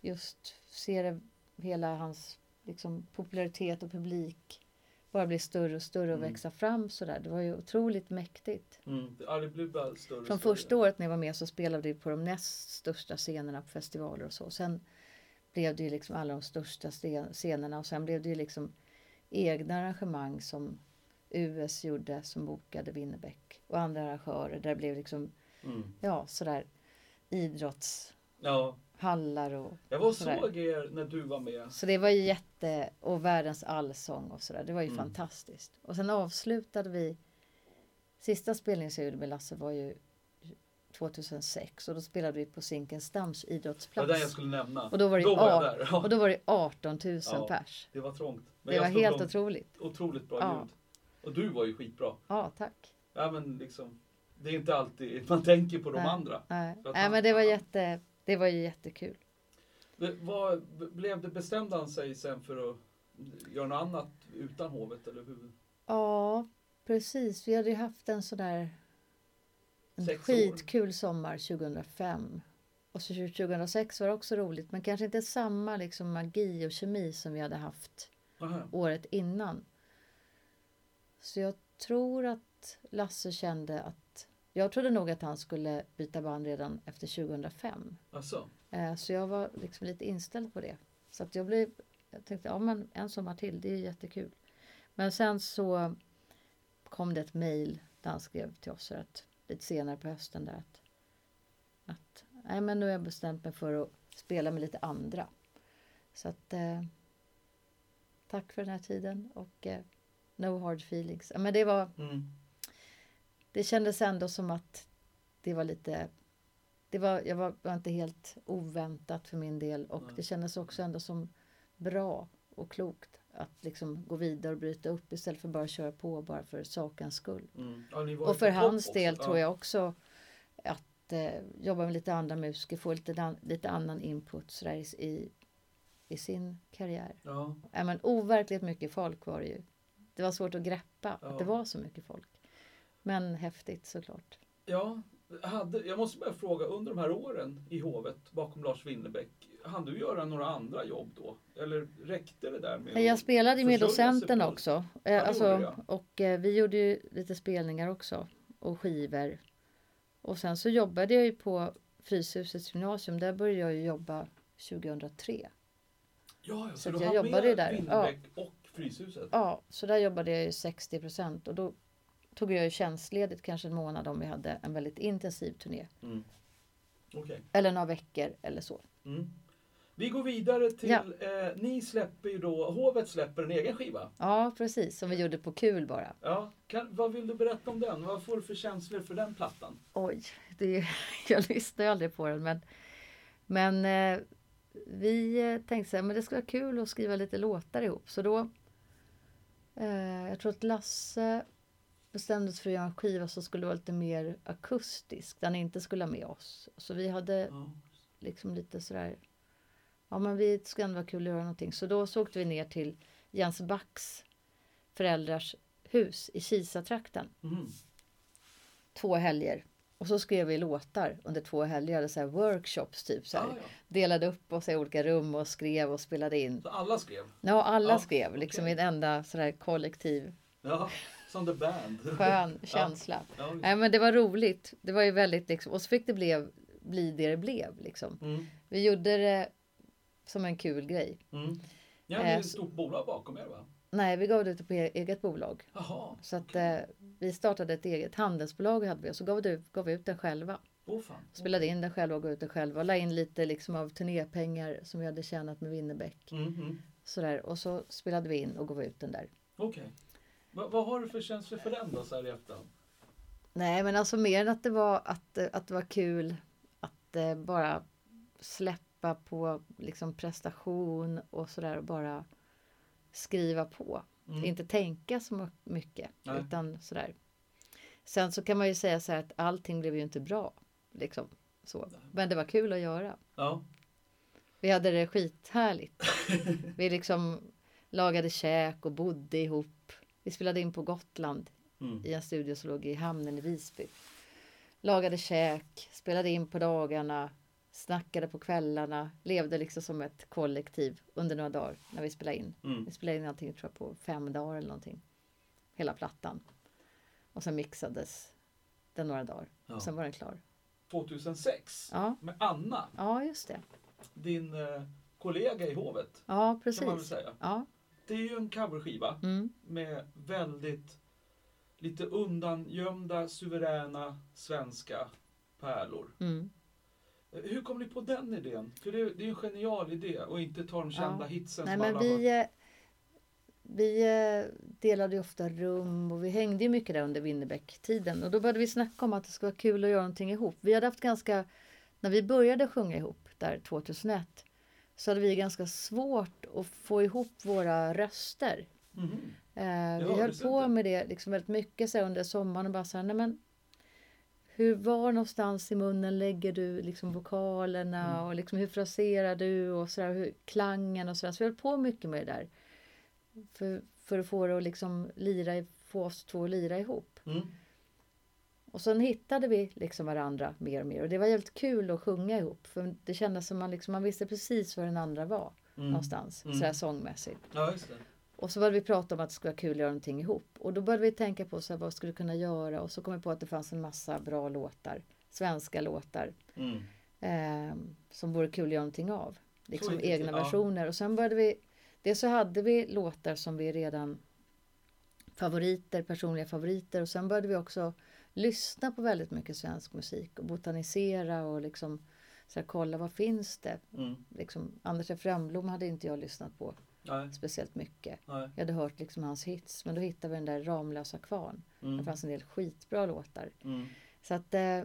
Speaker 2: just se det, hela hans liksom, popularitet och publik bara bli större och större och
Speaker 1: Mm.
Speaker 2: växa fram sådär. Det var ju otroligt mäktigt.
Speaker 1: Mm. Ja, det blev bara större och
Speaker 2: Från
Speaker 1: större.
Speaker 2: första året när jag var med så spelade vi på de näst största scenerna på festivaler och så. Sen blev det ju liksom alla de största ste- scenerna och sen blev det ju liksom egna arrangemang som US gjorde som bokade Winnerbäck och andra arrangörer. Där det blev liksom,
Speaker 1: Mm.
Speaker 2: ja sådär idrotts
Speaker 1: Ja.
Speaker 2: hallar och
Speaker 1: Jag var och
Speaker 2: Sådär.
Speaker 1: såg er när du var med.
Speaker 2: så det var ju jätte och världens allsång och sådär. Det var ju
Speaker 1: Mm.
Speaker 2: fantastiskt. Och sen avslutade vi sista spelningen som jag gjorde med Lasse var ju 2006 och då spelade vi på Zinkensdamms
Speaker 1: Det var
Speaker 2: idrottsplats.
Speaker 1: den jag skulle nämna.
Speaker 2: Och då var det
Speaker 1: då var jag
Speaker 2: A.
Speaker 1: där. Ja.
Speaker 2: Och då var det 18 000
Speaker 1: Ja,
Speaker 2: pers.
Speaker 1: Det var trångt. Men
Speaker 2: Det
Speaker 1: jag
Speaker 2: var
Speaker 1: stod
Speaker 2: helt
Speaker 1: långt.
Speaker 2: otroligt.
Speaker 1: otroligt bra
Speaker 2: Ja.
Speaker 1: ljud. Och du var ju skitbra.
Speaker 2: Ja, tack.
Speaker 1: Ja, men liksom, det är inte alltid man tänker på de
Speaker 2: Nej.
Speaker 1: andra.
Speaker 2: Nej,
Speaker 1: För att
Speaker 2: Nej
Speaker 1: han-
Speaker 2: men det var, jätte, det var ju jättekul.
Speaker 1: Det- Vad, blev det bestämde han sig sen för att göra något annat utan hovet? Eller hur?
Speaker 2: Ja, precis. Vi hade ju haft en sån där en
Speaker 1: Sex år.
Speaker 2: skitkul sommar 2005. Och så 2006 var det också roligt, men kanske inte samma liksom magi och kemi som vi hade haft
Speaker 1: Aha.
Speaker 2: året innan. Så jag tror att Lasse kände att... Jag trodde nog att han skulle byta band redan efter 2005.
Speaker 1: Alltså,
Speaker 2: Eh, Så jag var liksom lite inställd på det. Så att jag, blev, jag tänkte, ja men en sommar till, det är jättekul. Men sen så kom det ett mejl där han skrev till oss så att, lite senare på hösten där att, att nej men nu har jag bestämt mig för att spela med lite andra. Så att eh, tack för den här tiden och eh, no hard feelings. Ja, Men det var det kändes ändå som att det var lite... Det var, jag var, var inte helt oväntat för min del och
Speaker 1: Nej.
Speaker 2: det kändes också ändå som bra och klokt att liksom gå vidare och bryta upp istället för bara att köra på bara för sakens skull.
Speaker 1: Mm. Ja, ni var ju
Speaker 2: Och för
Speaker 1: på topp
Speaker 2: hans
Speaker 1: också.
Speaker 2: del
Speaker 1: Ja.
Speaker 2: tror jag också att eh, jobba med lite andra musiker, få lite, an- lite annan input sådär i, i, i sin karriär.
Speaker 1: Ja.
Speaker 2: Ja, men overkligt mycket folk var det ju. Det var svårt att greppa
Speaker 1: Ja.
Speaker 2: att det var så mycket folk. Men häftigt såklart.
Speaker 1: Ja, hade, jag måste bara fråga, under de här åren i hovet bakom Lars Winnerbäck, hann du göra några andra jobb då? Eller räckte det där med
Speaker 2: Jag
Speaker 1: att-
Speaker 2: spelade ju med
Speaker 1: försörja sig
Speaker 2: docenten
Speaker 1: på-
Speaker 2: också. Eh,
Speaker 1: det gjorde
Speaker 2: Alltså,
Speaker 1: jag.
Speaker 2: och eh, vi gjorde ju lite spelningar också. Och skivor. Och sen så jobbade jag ju på Fryshusets gymnasium. Där började jag ju jobba 2003.
Speaker 1: Ja, ja, så,
Speaker 2: Så att
Speaker 1: du
Speaker 2: jag
Speaker 1: hann
Speaker 2: jobbade
Speaker 1: med
Speaker 2: ju där.
Speaker 1: Winnerbäck och Fryshuset?
Speaker 2: Ja, så där jobbade jag ju 60 procent. Och då tog jag ju tjänstledigt kanske en månad om vi hade en väldigt intensiv turné.
Speaker 1: Mm. Okej.
Speaker 2: Eller några veckor eller så.
Speaker 1: Mm. Vi går vidare till,
Speaker 2: Ja.
Speaker 1: eh, ni släpper ju då, hovet släpper en egen skiva.
Speaker 2: Ja, precis. Som vi gjorde på kul bara.
Speaker 1: Ja, kan, vad vill du berätta om den? Vad får du för känslor för den plattan?
Speaker 2: Oj, det är, jag lyssnar ju aldrig på den. Men, men eh, vi eh, tänkte så här, men det skulle vara kul att skriva lite låtar ihop. Så då, eh, jag tror att Lasse bestämde sig för att göra en skiva som skulle vara lite mer akustisk. Där han inte skulle ha med oss. Så vi hade
Speaker 1: Ja.
Speaker 2: liksom lite sådär, ja men vi ska ändå vara kul att göra någonting. Så då så åkte vi ner till Jens Backs föräldrars hus i Kisatrakten
Speaker 1: Mm.
Speaker 2: två helger. Och så skrev vi låtar under två helger, hade så här workshops typ. Så här.
Speaker 1: Ah, ja.
Speaker 2: Delade upp oss i olika rum och skrev och spelade in.
Speaker 1: Så alla skrev?
Speaker 2: Ja, alla
Speaker 1: Ja,
Speaker 2: skrev liksom
Speaker 1: okej.
Speaker 2: i en enda så där kollektiv
Speaker 1: Ja, som The Band.
Speaker 2: skön känsla.
Speaker 1: Ja, visst.
Speaker 2: Nej men det var roligt. Det var ju väldigt liksom, och så fick det blev, bli det det blev liksom.
Speaker 1: mm.
Speaker 2: Vi gjorde det som en kul grej.
Speaker 1: Mm. Ni hade ju
Speaker 2: Eh,
Speaker 1: ett
Speaker 2: så-
Speaker 1: stort bolag bakom er va?
Speaker 2: Nej, vi gav det ut på e- eget bolag.
Speaker 1: Jaha,
Speaker 2: Så att eh, vi startade ett eget handelsbolag hade vi och så gav, det, gav vi ut den själva.
Speaker 1: åh fan.
Speaker 2: Spelade in den själva och gav ut den själva. Och la in lite liksom av turnépengar som vi hade tjänat med Winnerbäck.
Speaker 1: Mm, mm.
Speaker 2: Sådär. Och så spelade vi in och gav ut den där.
Speaker 1: Okej. Va, vad har du för känslor för den då så här i efterhand?
Speaker 2: Nej men alltså mer än att det var, att, eh, att det var kul att eh, bara släppa på liksom prestation och sådär och bara skriva på.
Speaker 1: Mm.
Speaker 2: Inte tänka så mu- mycket.
Speaker 1: Nej.
Speaker 2: Utan sådär. Sen så kan man ju säga så här att allting blev ju inte bra. Liksom, så. Men det var kul att göra.
Speaker 1: Ja.
Speaker 2: Vi hade det skithärligt. Vi liksom lagade käk och bodde ihop. Vi spelade in på Gotland
Speaker 1: Mm.
Speaker 2: i en studio som låg i hamnen i Visby. Lagade käk, spelade in på dagarna, snackade på kvällarna, levde liksom som ett kollektiv under några dagar när vi spelade in.
Speaker 1: Mm.
Speaker 2: Vi spelade in någonting tror jag på fem dagar eller någonting. Hela plattan. Och sen mixades den några dagar.
Speaker 1: Ja.
Speaker 2: Sen var den klar.
Speaker 1: 2006
Speaker 2: Ja,
Speaker 1: med Anna,
Speaker 2: ja just det.
Speaker 1: din eh, kollega i hovet.
Speaker 2: Ja,
Speaker 1: Kan man väl
Speaker 2: precis.
Speaker 1: säga.
Speaker 2: Ja,
Speaker 1: Det är ju en coverskiva
Speaker 2: mm,
Speaker 1: med väldigt lite undangömda suveräna svenska pärlor.
Speaker 2: mm.
Speaker 1: Eh, Hur kom ni på den idén? För det är, det är en genial idé och inte ta de kända
Speaker 2: Ja.
Speaker 1: hitsen
Speaker 2: Nej,
Speaker 1: som
Speaker 2: men
Speaker 1: alla har
Speaker 2: vi, eh, vi eh, delade ju ofta rum och vi hängde ju mycket där under Winnerbäck-tiden. Och då började vi snacka om att det skulle vara kul att göra någonting ihop. Vi hade haft ganska, när vi började sjunga ihop där 2001, så hade vi ganska svårt att få ihop våra röster.
Speaker 1: Mhm.
Speaker 2: Eh, vi höll
Speaker 1: hördes
Speaker 2: på
Speaker 1: inte.
Speaker 2: med det liksom väldigt mycket så här under sommaren och bara så här, nej men hur var någonstans i munnen lägger du liksom vokalerna
Speaker 1: Mm.
Speaker 2: och liksom hur fraserar du och så där, hur, klangen och så där. Så vi höll på mycket med det där. För, för att få det att liksom lira, i- få oss två att lira ihop.
Speaker 1: Mm.
Speaker 2: Och sen hittade vi liksom varandra mer och mer. Och det var jävligt kul att sjunga ihop. För det kändes som man, liksom, man visste precis var den andra var
Speaker 1: Mm.
Speaker 2: någonstans.
Speaker 1: Mm.
Speaker 2: Sådär sångmässigt.
Speaker 1: Ja, just det.
Speaker 2: Och så började vi prata om att det skulle vara kul att göra någonting ihop. Och då började vi tänka på så här, vad vi skulle kunna göra. Och så kom vi på att det fanns en massa bra låtar. Svenska låtar.
Speaker 1: Mm.
Speaker 2: Eh, som vore kul att göra någonting av.
Speaker 1: Så
Speaker 2: Liksom
Speaker 1: gick det
Speaker 2: egna
Speaker 1: till, ja.
Speaker 2: versioner. Och sen började vi... Dels så hade vi låtar som vi redan... Favoriter, personliga favoriter. Och sen började vi också lyssna på väldigt mycket svensk musik. Och botanisera och liksom... Så här, kolla vad finns det?
Speaker 1: Mm.
Speaker 2: Liksom, Anders F. Rönnblom hade inte jag lyssnat på
Speaker 1: Nej,
Speaker 2: speciellt mycket.
Speaker 1: nej.
Speaker 2: Jag hade hört liksom hans hits, men då hittade vi den där Ramlösa kvarn. Det
Speaker 1: Mm.
Speaker 2: fanns en del skitbra låtar.
Speaker 1: Mm.
Speaker 2: Så att eh,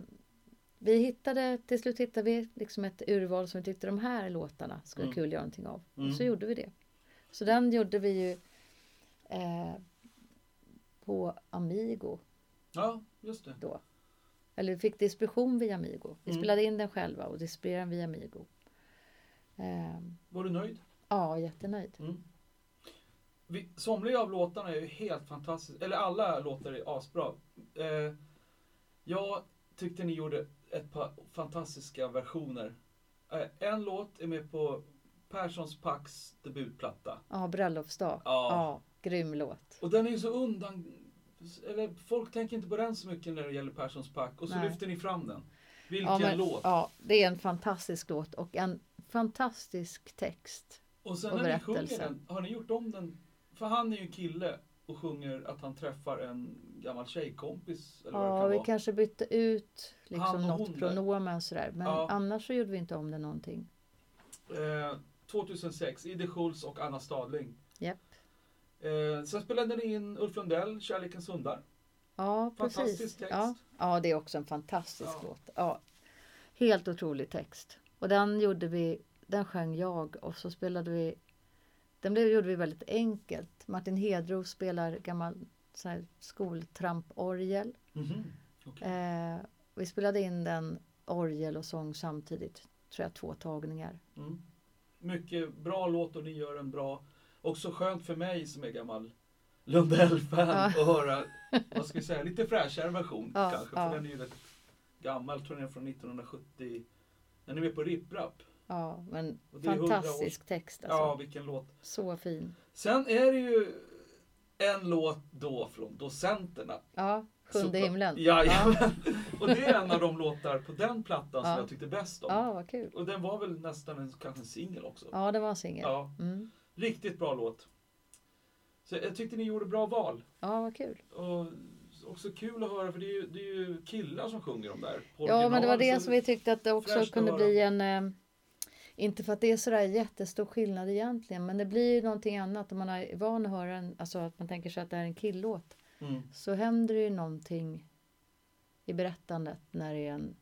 Speaker 2: vi hittade, till slut hittade vi liksom ett urval som vi tyckte de här låtarna skulle vara
Speaker 1: Mm.
Speaker 2: kul att göra någonting av.
Speaker 1: Mm.
Speaker 2: Och så gjorde vi det. Så den gjorde vi ju eh, på Amigo
Speaker 1: Ja, just det.
Speaker 2: då. Eller vi fick distribution via Amigo. Vi
Speaker 1: Mm.
Speaker 2: spelade in den själva och distribuerade den via Amigo. Eh,
Speaker 1: Var du nöjd?
Speaker 2: ja, jättenöjd.
Speaker 1: Mm. Vi, somliga av låtarna är ju helt fantastiska, eller alla låtar är asbra. Eh, jag tyckte ni gjorde ett par fantastiska versioner. Eh, en låt är med på Perssons Pax debutplatta.
Speaker 2: Ja, bröllopsdag.
Speaker 1: Ja.
Speaker 2: ja grym låt.
Speaker 1: Och den är ju så undan... Eller folk tänker inte på den så mycket när det gäller Perssons Pack och så
Speaker 2: Nej.
Speaker 1: lyfter ni fram den. Vilken
Speaker 2: ja, men,
Speaker 1: låt!
Speaker 2: Ja, det är en fantastisk låt och en fantastisk text.
Speaker 1: Och sen
Speaker 2: Och
Speaker 1: när ni sjunger
Speaker 2: berättelsen.
Speaker 1: den, har ni gjort om den? För han är ju en kille och sjunger att han träffar en gammal tjejkompis eller vad det
Speaker 2: Ja,
Speaker 1: kan
Speaker 2: vi
Speaker 1: vara.
Speaker 2: kanske bytte ut
Speaker 1: Han
Speaker 2: liksom
Speaker 1: och hon där.
Speaker 2: något pronomen sådär. Men
Speaker 1: Ja.
Speaker 2: annars så gjorde vi inte om det någonting.
Speaker 1: Eh, 2006, Ide Schultz och Anna Stadling.
Speaker 2: Japp.
Speaker 1: Eh, sen spelade ni in Ulf Lundell, Kärlekens hundar.
Speaker 2: Ja,
Speaker 1: Fantastisk
Speaker 2: precis.
Speaker 1: text.
Speaker 2: Ja. ja, det är också en fantastisk
Speaker 1: Ja.
Speaker 2: låt. Ja. Helt otrolig text. Och den gjorde vi, den sjöng jag och så spelade vi den blev, gjorde vi väldigt enkelt. Martin Hedroth spelar gammal sån här skoltramporgel.
Speaker 1: Mhm. Okej.
Speaker 2: Eh, vi spelade in den orgel och sång samtidigt, tror jag, två tagningar.
Speaker 1: Mm. Mycket bra låt och ni gör en bra. Också skönt för mig som är gammal Lundell-fan
Speaker 2: Ja.
Speaker 1: att höra, vad ska vi säga, lite fräschare version
Speaker 2: Ja,
Speaker 1: kanske.
Speaker 2: ja.
Speaker 1: För den är ju rätt gammal, tror jag den är från 1970. Den är med på Ripprap.
Speaker 2: Ja, men
Speaker 1: Och det är hundra år-
Speaker 2: fantastisk text alltså.
Speaker 1: Ja, vilken låt.
Speaker 2: Så fin.
Speaker 1: Sen är det ju en låt då från Docenterna.
Speaker 2: Ja, Sjunde
Speaker 1: Så-
Speaker 2: himlen.
Speaker 1: Jajamän. Och det är en av de låtar på den plattan som
Speaker 2: Ja.
Speaker 1: jag tyckte bäst om.
Speaker 2: Ja, vad kul.
Speaker 1: Och den var väl nästan en, kanske en singel också.
Speaker 2: Ja, det var en singel.
Speaker 1: Ja,
Speaker 2: Mm.
Speaker 1: riktigt bra låt. Så jag tyckte ni gjorde bra val.
Speaker 2: Ja, vad kul.
Speaker 1: Och också kul att höra för det är ju, det är ju killar som sjunger de där. på
Speaker 2: Ja, men det var
Speaker 1: original,
Speaker 2: det
Speaker 1: så-
Speaker 2: som vi tyckte att det också
Speaker 1: fräscht att
Speaker 2: kunde
Speaker 1: höra.
Speaker 2: bli en... Eh, inte för att det är sådär jättestor skillnad egentligen, men det blir ju någonting annat om man är van att höra en, alltså att man tänker sig att det här är en killåt.
Speaker 1: Mm.
Speaker 2: så händer det ju någonting i berättandet när det är en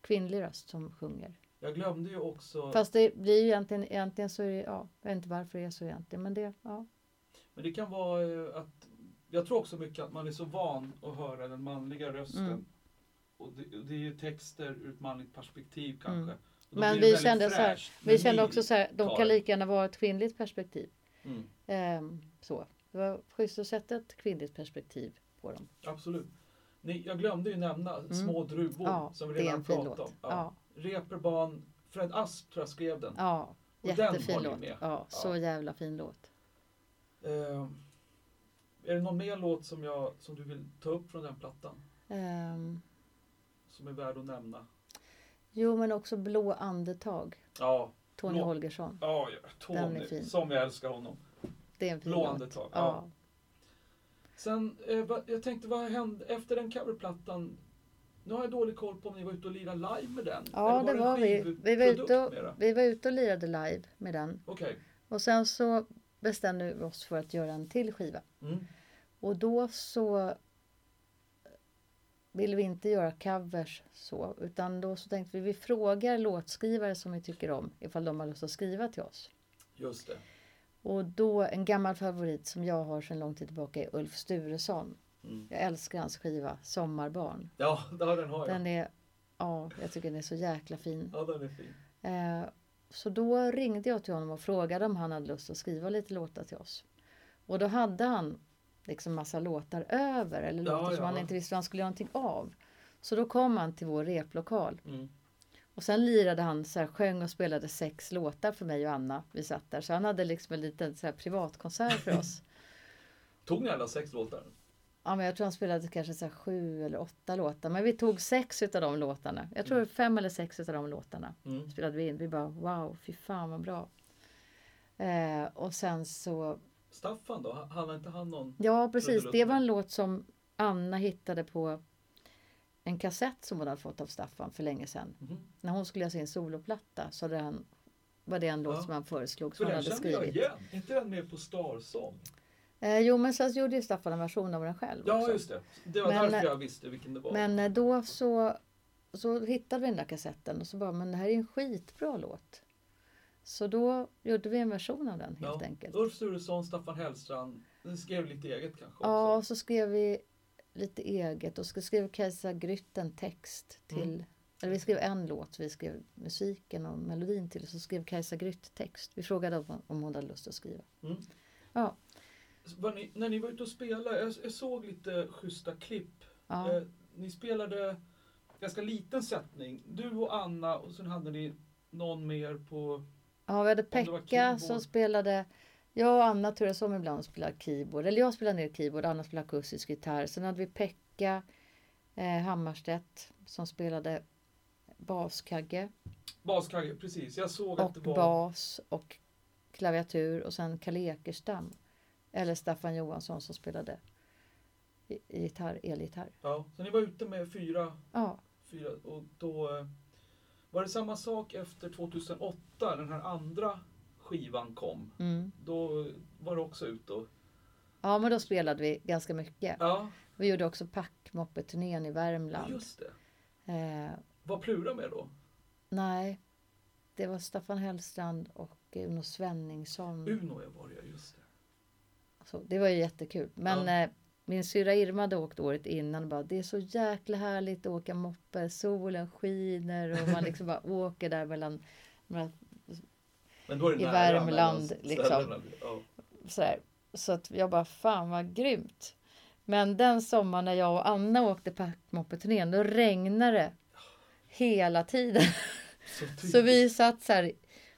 Speaker 2: kvinnlig röst som sjunger.
Speaker 1: Jag glömde ju också,
Speaker 2: Fast det blir ju egentligen, egentligen så är det, ja, jag vet inte varför det är så egentligen, men det, ja.
Speaker 1: men det kan vara eh, att, jag tror också mycket att man är så van att höra den manliga rösten.
Speaker 2: Mm.
Speaker 1: Och det, och det är ju texter ur ett manligt perspektiv kanske.
Speaker 2: Mm.
Speaker 1: Och då
Speaker 2: Men
Speaker 1: blir det
Speaker 2: vi
Speaker 1: väldigt
Speaker 2: kände så här,
Speaker 1: fräscht.
Speaker 2: Vi
Speaker 1: Men
Speaker 2: kände
Speaker 1: ni-
Speaker 2: också så här, de
Speaker 1: tar
Speaker 2: kan
Speaker 1: det.
Speaker 2: lika gärna vara ett kvinnligt perspektiv.
Speaker 1: Mm,
Speaker 2: Ehm, så. Det var schysst att sätta ett kvinnligt perspektiv på dem.
Speaker 1: absolut. Ni, jag glömde ju nämna Små druvor
Speaker 2: Mm. Ja,
Speaker 1: som vi
Speaker 2: det är
Speaker 1: redan
Speaker 2: en fin
Speaker 1: pratat om.
Speaker 2: låt.
Speaker 1: Ja.
Speaker 2: Ja,
Speaker 1: Reeperbahn, Fred Asp tror jag skrev den.
Speaker 2: ja.
Speaker 1: Och den var
Speaker 2: jättefin
Speaker 1: ju
Speaker 2: låt.
Speaker 1: med.
Speaker 2: Ja,
Speaker 1: Ja.
Speaker 2: så jävla fin låt.
Speaker 1: Eh, är det någon mer låt som, jag, som du vill ta upp från den plattan?
Speaker 2: Ehm,
Speaker 1: Som är värd att nämna?
Speaker 2: jo, men också Blå andetag,
Speaker 1: Ja,
Speaker 2: Tony
Speaker 1: Blå-
Speaker 2: Holgersson.
Speaker 1: ja ja,
Speaker 2: Den är
Speaker 1: Tony,
Speaker 2: fin.
Speaker 1: som jag älskar honom.
Speaker 2: Det är en fin
Speaker 1: Blå
Speaker 2: låt.
Speaker 1: andetag. Ja.
Speaker 2: Ja.
Speaker 1: Sen, eh, va- jag tänkte vad hände efter den coverplattan? Nu har jag dålig koll på om ni var ute och lirade live med den?
Speaker 2: Ja,
Speaker 1: Eller
Speaker 2: det var vi.
Speaker 1: skivprodukt
Speaker 2: Vi var, ute
Speaker 1: mera?
Speaker 2: och, vi var ute och lirade live med den.
Speaker 1: Okej.
Speaker 2: Och sen så bestämde vi oss för att göra en till skiva.
Speaker 1: Mm.
Speaker 2: Och då så ville vi inte göra covers så, utan då så tänkte vi vi frågar låtskrivare som vi tycker om ifall de har lust att skriva till oss.
Speaker 1: Just det.
Speaker 2: Och då en gammal favorit som jag har sedan lång tid tillbaka är Ulf Sturesson.
Speaker 1: Mm.
Speaker 2: Jag älskar hans skiva Sommarbarn.
Speaker 1: Ja, ja, den har jag.
Speaker 2: Den är, ja, jag tycker den är så jäkla fin.
Speaker 1: Ja, den är fin.
Speaker 2: Eh, Så då ringde jag till honom och frågade om han hade lust att skriva lite låtar till oss. Och då hade han liksom massa låtar över, eller
Speaker 1: Ja,
Speaker 2: låtar som
Speaker 1: ja.
Speaker 2: han inte visste vad han skulle göra någonting av. Så då kom han till vår replokal.
Speaker 1: Mm.
Speaker 2: Och sen lirade han, så här, sjöng och spelade sex låtar för mig och Anna. Vi satt där, så han hade liksom en liten så här, privatkonsert för oss.
Speaker 1: Tog ni alla sex låtar?
Speaker 2: Ja, men jag tror han spelade kanske så här sju eller åtta låtar. Men vi tog sex utav de låtarna. Jag tror fem eller sex utav de låtarna
Speaker 1: Mm.
Speaker 2: spelade vi in. Vi bara wow, fy fan vad bra. Eh, och sen så,
Speaker 1: Staffan då? Han- Hade inte han någon?
Speaker 2: ja precis, det
Speaker 1: Trudelutten.
Speaker 2: var en låt som Anna hittade på en kassett som hon hade fått av Staffan för länge sedan.
Speaker 1: Mhm.
Speaker 2: När hon skulle göra sin soloplatta så hade han, var det en låt
Speaker 1: Ja.
Speaker 2: som han föreslog
Speaker 1: För
Speaker 2: som han
Speaker 1: den
Speaker 2: hade
Speaker 1: kände jag
Speaker 2: skrivit.
Speaker 1: igen. inte den med på Starsong?
Speaker 2: Eh, jo men sen gjorde ju Staffan en version av den själv
Speaker 1: Ja,
Speaker 2: också.
Speaker 1: just det. Det var
Speaker 2: Men-
Speaker 1: därför jag visste vilken det var.
Speaker 2: Men eh, då så, så hittade vi den där kassetten och så bara, men det här är en skitbra låt. Så då gjorde vi en version av den helt
Speaker 1: Ja.
Speaker 2: enkelt.
Speaker 1: Ulf Sturesson, Staffan Hellstrand. Ni skrev lite eget kanske
Speaker 2: Ja,
Speaker 1: också?
Speaker 2: och så skrev vi lite eget och så skrev Kajsa Grytten text till,
Speaker 1: Mm.
Speaker 2: eller vi skrev en låt, vi skrev musiken och melodin till och så skrev Kajsa Grytt text. Vi frågade om, om hon hade lust att skriva.
Speaker 1: Mm.
Speaker 2: Ja,
Speaker 1: Så Var ni, när ni var ute och spelade, jag, jag såg lite schyssta klipp.
Speaker 2: ja.
Speaker 1: Eh, ni spelade ganska liten sättning. Du och Anna och sen hade ni någon mer på...
Speaker 2: Ja, vi hade
Speaker 1: det var
Speaker 2: Pekka som
Speaker 1: keyboard.
Speaker 2: spelade. Jag och Anna turas om ibland och spelar keyboard. Eller jag spelar ner keyboard, Anna spelar akustisk gitarr. Sen hade vi Pekka eh, Hammarstedt som spelade baskagge
Speaker 1: Baskagge, precis. Jag såg
Speaker 2: och
Speaker 1: att det var...
Speaker 2: bas och klaviatur och sen Kalle Ekerstam eller Staffan Johansson som spelade i- gitarr, elgitarr.
Speaker 1: Ja, så ni var ute med fyra,
Speaker 2: Ja,
Speaker 1: fyra och då eh, var det samma sak efter 2008, den här andra skivan kom.
Speaker 2: mm.
Speaker 1: Då var det också ute och...
Speaker 2: ja, men då spelade vi ganska mycket.
Speaker 1: Ja,
Speaker 2: Vi gjorde också Packmoppeturnén i
Speaker 1: ja
Speaker 2: Värmland.
Speaker 1: just det.
Speaker 2: Eh,
Speaker 1: Var Plura med då?
Speaker 2: Nej, det var Staffan Hellstrand och Uno Svenningsson.
Speaker 1: Uno var det, ja, just det.
Speaker 2: Så det var ju jättekul. Men
Speaker 1: Ja.
Speaker 2: eh, min syrra Irma hade åkt året innan och bara det är så jäkla härligt att åka moppe, solen skiner och man liksom bara åker där mellan mellan-
Speaker 1: Men då är det
Speaker 2: I
Speaker 1: nära
Speaker 2: Värmland,
Speaker 1: mellan
Speaker 2: liksom.
Speaker 1: ställena. Ja.
Speaker 2: sådär. Så att jag bara fan vad grymt. Men den sommaren när jag och Anna åkte packmoppeturnén då regnade det hela tiden.
Speaker 1: Så, typiskt.
Speaker 2: Så vi satt så här.